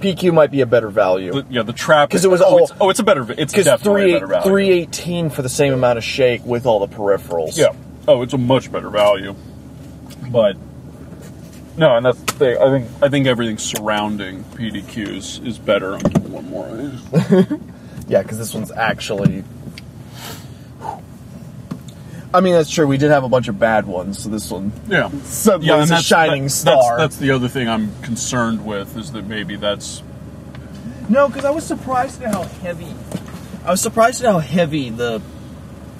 [SPEAKER 2] PQ might be a better value
[SPEAKER 1] the yeah the trap
[SPEAKER 2] 'Cause it was
[SPEAKER 1] oh,
[SPEAKER 2] all-
[SPEAKER 1] it's, oh it's a better it's
[SPEAKER 2] because
[SPEAKER 1] definitely a
[SPEAKER 2] three
[SPEAKER 1] better value
[SPEAKER 2] three eighteen for the same amount of shake with all the peripherals.
[SPEAKER 1] yeah oh it's a much better value, but no and that's the thing I think I think everything surrounding PDQs is better. I'm getting one more. of these.
[SPEAKER 2] yeah, because this one's actually. I mean, that's true. We did have a bunch of bad ones, so this one
[SPEAKER 1] Yeah.
[SPEAKER 2] suddenly
[SPEAKER 1] Yeah, and
[SPEAKER 2] is a
[SPEAKER 1] that's-
[SPEAKER 2] shining
[SPEAKER 1] that-
[SPEAKER 2] star.
[SPEAKER 1] That's, that's the other thing I'm concerned with is that maybe that's
[SPEAKER 6] No, because I was surprised at how heavy. I was surprised at how heavy the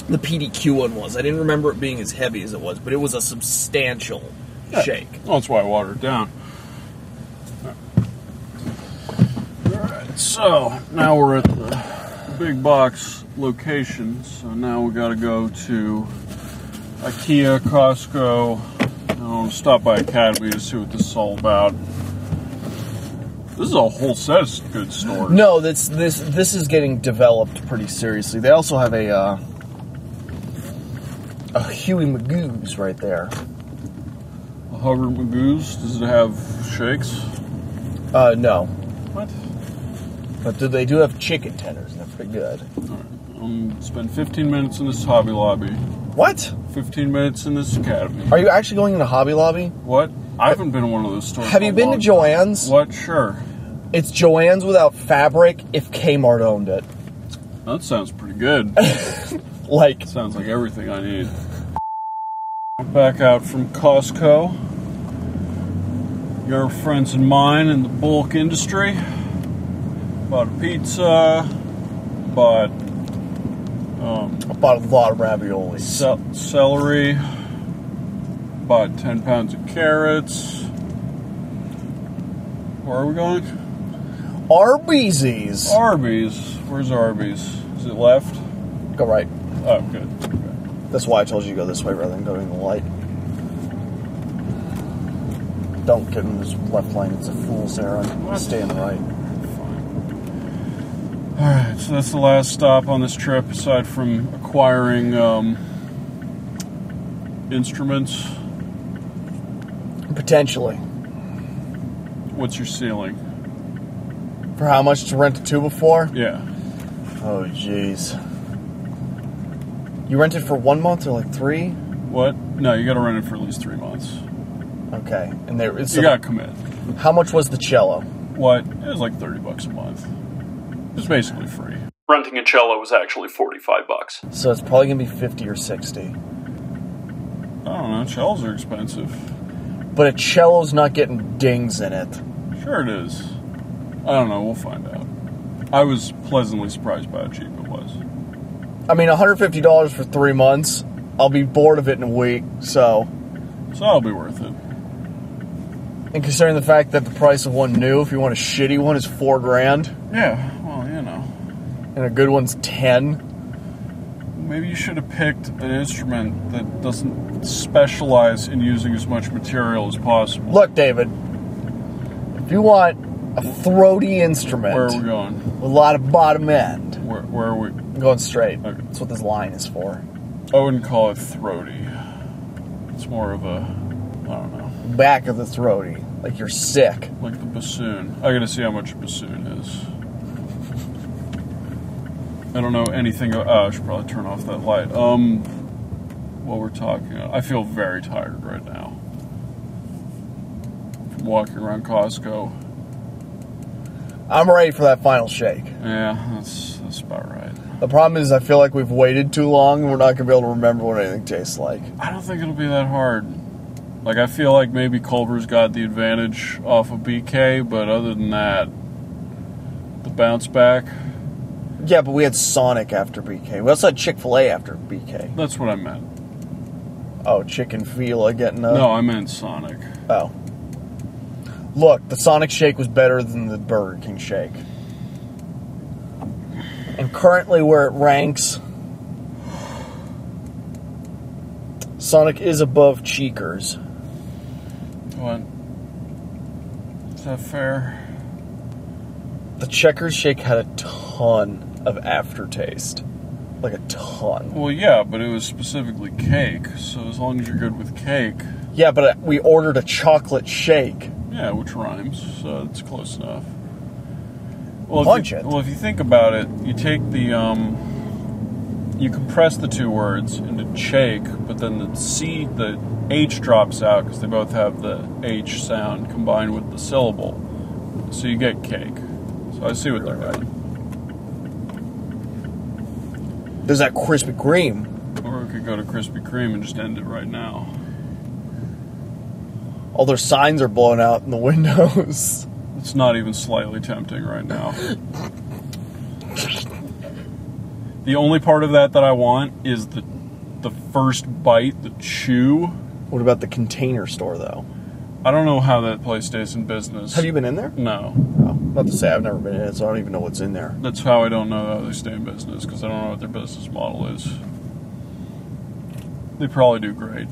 [SPEAKER 9] the PDQ one was. I didn't remember it being as heavy as it was, but it was a substantial shake.
[SPEAKER 1] Well, Oh, that's why I watered it down. Alright, so now we're at the big box location. So now we gotta go to IKEA, Costco. and I'll stop by Academy to see what this is all about. This is a whole set of good stores.
[SPEAKER 2] No, that's this. This is getting developed pretty seriously. They also have a uh, a Huey Magoo's right there.
[SPEAKER 1] Hubbard Magoo's, does it have shakes?
[SPEAKER 2] Uh, no,
[SPEAKER 1] What?
[SPEAKER 2] but do, they do have chicken tenders, and they're pretty good.
[SPEAKER 1] Um, spend 15 minutes in this Hobby Lobby,
[SPEAKER 2] What
[SPEAKER 1] 15 minutes in this Academy.
[SPEAKER 2] are you actually going into Hobby Lobby?
[SPEAKER 1] What? I haven't been to one of those stores.
[SPEAKER 2] Have
[SPEAKER 1] in a
[SPEAKER 2] you been to
[SPEAKER 1] long
[SPEAKER 2] Joann's?
[SPEAKER 1] time. What? Sure.
[SPEAKER 2] It's Joann's without fabric. If Kmart owned it,
[SPEAKER 1] That sounds pretty good.
[SPEAKER 2] like
[SPEAKER 1] sounds like everything I need. Back out from Costco. Your friends and mine in the bulk industry. Bought a pizza. Bought
[SPEAKER 2] I bought a lot of ravioli.
[SPEAKER 1] cel- celery. Bought 10 pounds of carrots. Where are we going?
[SPEAKER 2] Arby's.
[SPEAKER 1] Arby's. Where's Arby's? Is it left?
[SPEAKER 2] Go right.
[SPEAKER 1] Oh, good. Okay.
[SPEAKER 2] That's why I told you to go this way rather than going the light. Don't get in this left lane. It's a fool's errand. Stay in the right.
[SPEAKER 1] Alright, so that's the last stop on this trip, aside from acquiring um, instruments.
[SPEAKER 2] Potentially.
[SPEAKER 1] What's your ceiling?
[SPEAKER 2] For how much to rent a tuba for?
[SPEAKER 1] Yeah.
[SPEAKER 2] Oh, jeez. You rented for one month or like three?
[SPEAKER 1] What? No, you gotta rent it for at least three months.
[SPEAKER 2] Okay. And there is.
[SPEAKER 1] You gotta commit.
[SPEAKER 2] How much was the cello?
[SPEAKER 1] What? It was like 30 bucks a month. It's basically free. Renting a cello was actually 45 bucks.
[SPEAKER 2] So it's probably gonna be fifty or sixty.
[SPEAKER 1] I don't know, cellos are expensive.
[SPEAKER 2] But a cello's not getting dings in it.
[SPEAKER 1] Sure it is. I don't know, we'll find out. I was pleasantly surprised by how cheap it was.
[SPEAKER 2] I mean, one hundred fifty dollars for three months. I'll be bored of it in a week. So,
[SPEAKER 1] So that'll be worth it.
[SPEAKER 2] and considering the fact that the price of one new, if you want a shitty one, is four grand,
[SPEAKER 1] Yeah, well, you know.
[SPEAKER 2] and a good one's ten.
[SPEAKER 1] Maybe you should have picked an instrument that doesn't specialize in using as much material as possible.
[SPEAKER 2] Look, David, if you want a throaty instrument
[SPEAKER 1] Where are we going?
[SPEAKER 2] with a lot of bottom end,
[SPEAKER 1] Where, where are we?
[SPEAKER 2] I'm going straight.
[SPEAKER 1] Okay.
[SPEAKER 2] That's what this line is for.
[SPEAKER 1] I wouldn't call it throaty. It's more of a. I I don't know.
[SPEAKER 2] back of the throaty, like you're sick.
[SPEAKER 1] Like the bassoon. I gotta see how much a bassoon is. I don't know anything. Uh, I should probably turn off that light. Um, while we're talking, I feel very tired right now from walking around Costco.
[SPEAKER 2] I'm ready for that final shake.
[SPEAKER 1] Yeah, that's that's about right.
[SPEAKER 2] The problem is, I feel like we've waited too long, and we're not gonna be able to remember what anything tastes like.
[SPEAKER 1] I don't think it'll be that hard. Like I feel like maybe Culver's got the advantage off of BK, but other than that, the bounce back.
[SPEAKER 2] Yeah, but we had Sonic after BK. We also had Chick Fil A after BK.
[SPEAKER 1] That's what I meant.
[SPEAKER 2] Oh, Chicken Fila getting up.
[SPEAKER 1] No, I meant Sonic.
[SPEAKER 2] Oh. Look, the Sonic Shake was better than the Burger King Shake. And currently, where it ranks, Sonic is above Cheekers.
[SPEAKER 1] What? Is that fair?
[SPEAKER 2] The Checkers Shake had a ton of aftertaste. Like a ton.
[SPEAKER 1] Well, yeah, but it was specifically cake, so as long as you're good with cake,
[SPEAKER 2] Yeah, but uh, we ordered a chocolate shake.
[SPEAKER 1] yeah, which rhymes, so it's close enough. Well,
[SPEAKER 2] Punch
[SPEAKER 1] if you,
[SPEAKER 2] it.
[SPEAKER 1] Well, if you think about it, you take the um, you compress the two words into shake, but then the C, the H drops out because they both have the H sound combined with the syllable, so you get cake. So I see what they're doing.
[SPEAKER 2] There's that Krispy Kreme.
[SPEAKER 1] Or we could go to Krispy Kreme and just end it right now.
[SPEAKER 2] All their signs are blown out in the windows.
[SPEAKER 1] It's not even slightly tempting right now. the only part of that that I want is the the first bite, the chew.
[SPEAKER 2] What about the container store, though?
[SPEAKER 1] I don't know how that place stays in business.
[SPEAKER 2] Have you been in there?
[SPEAKER 1] No,
[SPEAKER 2] Oh, not to say I've never been in it, so I don't even know what's in there.
[SPEAKER 1] that's how I don't know how they stay in business because I don't know what their business model is. They probably do great.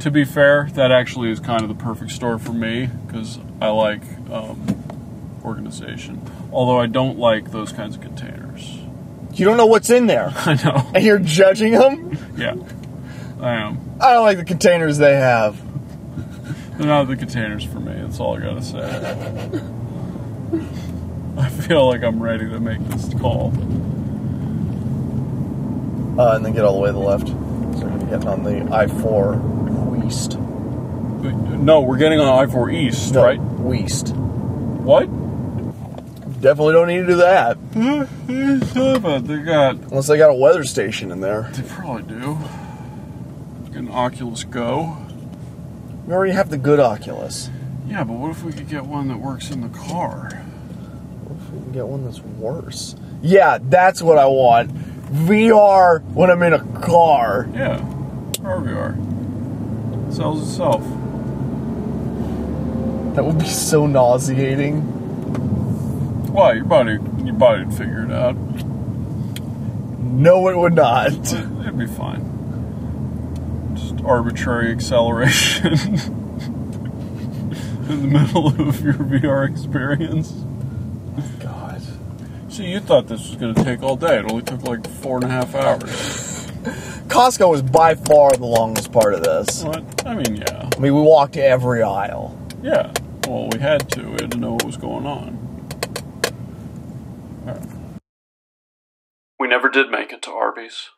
[SPEAKER 1] To be fair, that actually is kind of the perfect store for me because I like um, organization. Although I don't like those kinds of containers.
[SPEAKER 2] You don't know what's in there,
[SPEAKER 1] I know.
[SPEAKER 2] and you're judging them.
[SPEAKER 1] Yeah, I am.
[SPEAKER 2] I don't like the containers they have.
[SPEAKER 1] They're not the containers for me. That's all I gotta say. I feel like I'm ready to make this call.
[SPEAKER 2] Uh, and then get all the way to the left. So we're gonna be getting on the I four west.
[SPEAKER 1] But, no, we're getting on I four East,
[SPEAKER 2] No,
[SPEAKER 1] right?
[SPEAKER 2] west.
[SPEAKER 1] What?
[SPEAKER 2] Definitely don't need to do that
[SPEAKER 1] but they got.
[SPEAKER 2] unless they got a weather station in there.
[SPEAKER 1] They probably do. Get an Oculus Go.
[SPEAKER 2] We already have the good Oculus.
[SPEAKER 1] Yeah, but what if we could get one that works in the car?
[SPEAKER 2] What if we can get one that's worse? Yeah, that's what I want. VR when I'm in a car.
[SPEAKER 1] Yeah, wherever we are. Sells itself.
[SPEAKER 2] That would be so nauseating.
[SPEAKER 1] Why? Your body, your body'd figure it out.
[SPEAKER 2] No, it would not.
[SPEAKER 1] It'd be fine. Just arbitrary acceleration in the middle of your VR experience.
[SPEAKER 2] God.
[SPEAKER 1] See, you thought this was going to take all day. It only took like four and a half hours.
[SPEAKER 2] Costco was by far the longest part of this.
[SPEAKER 1] What? I mean, yeah.
[SPEAKER 2] I mean, we walked every aisle.
[SPEAKER 1] Yeah. Well, we had to. We had to know what was going on. We never did make it to Arby's.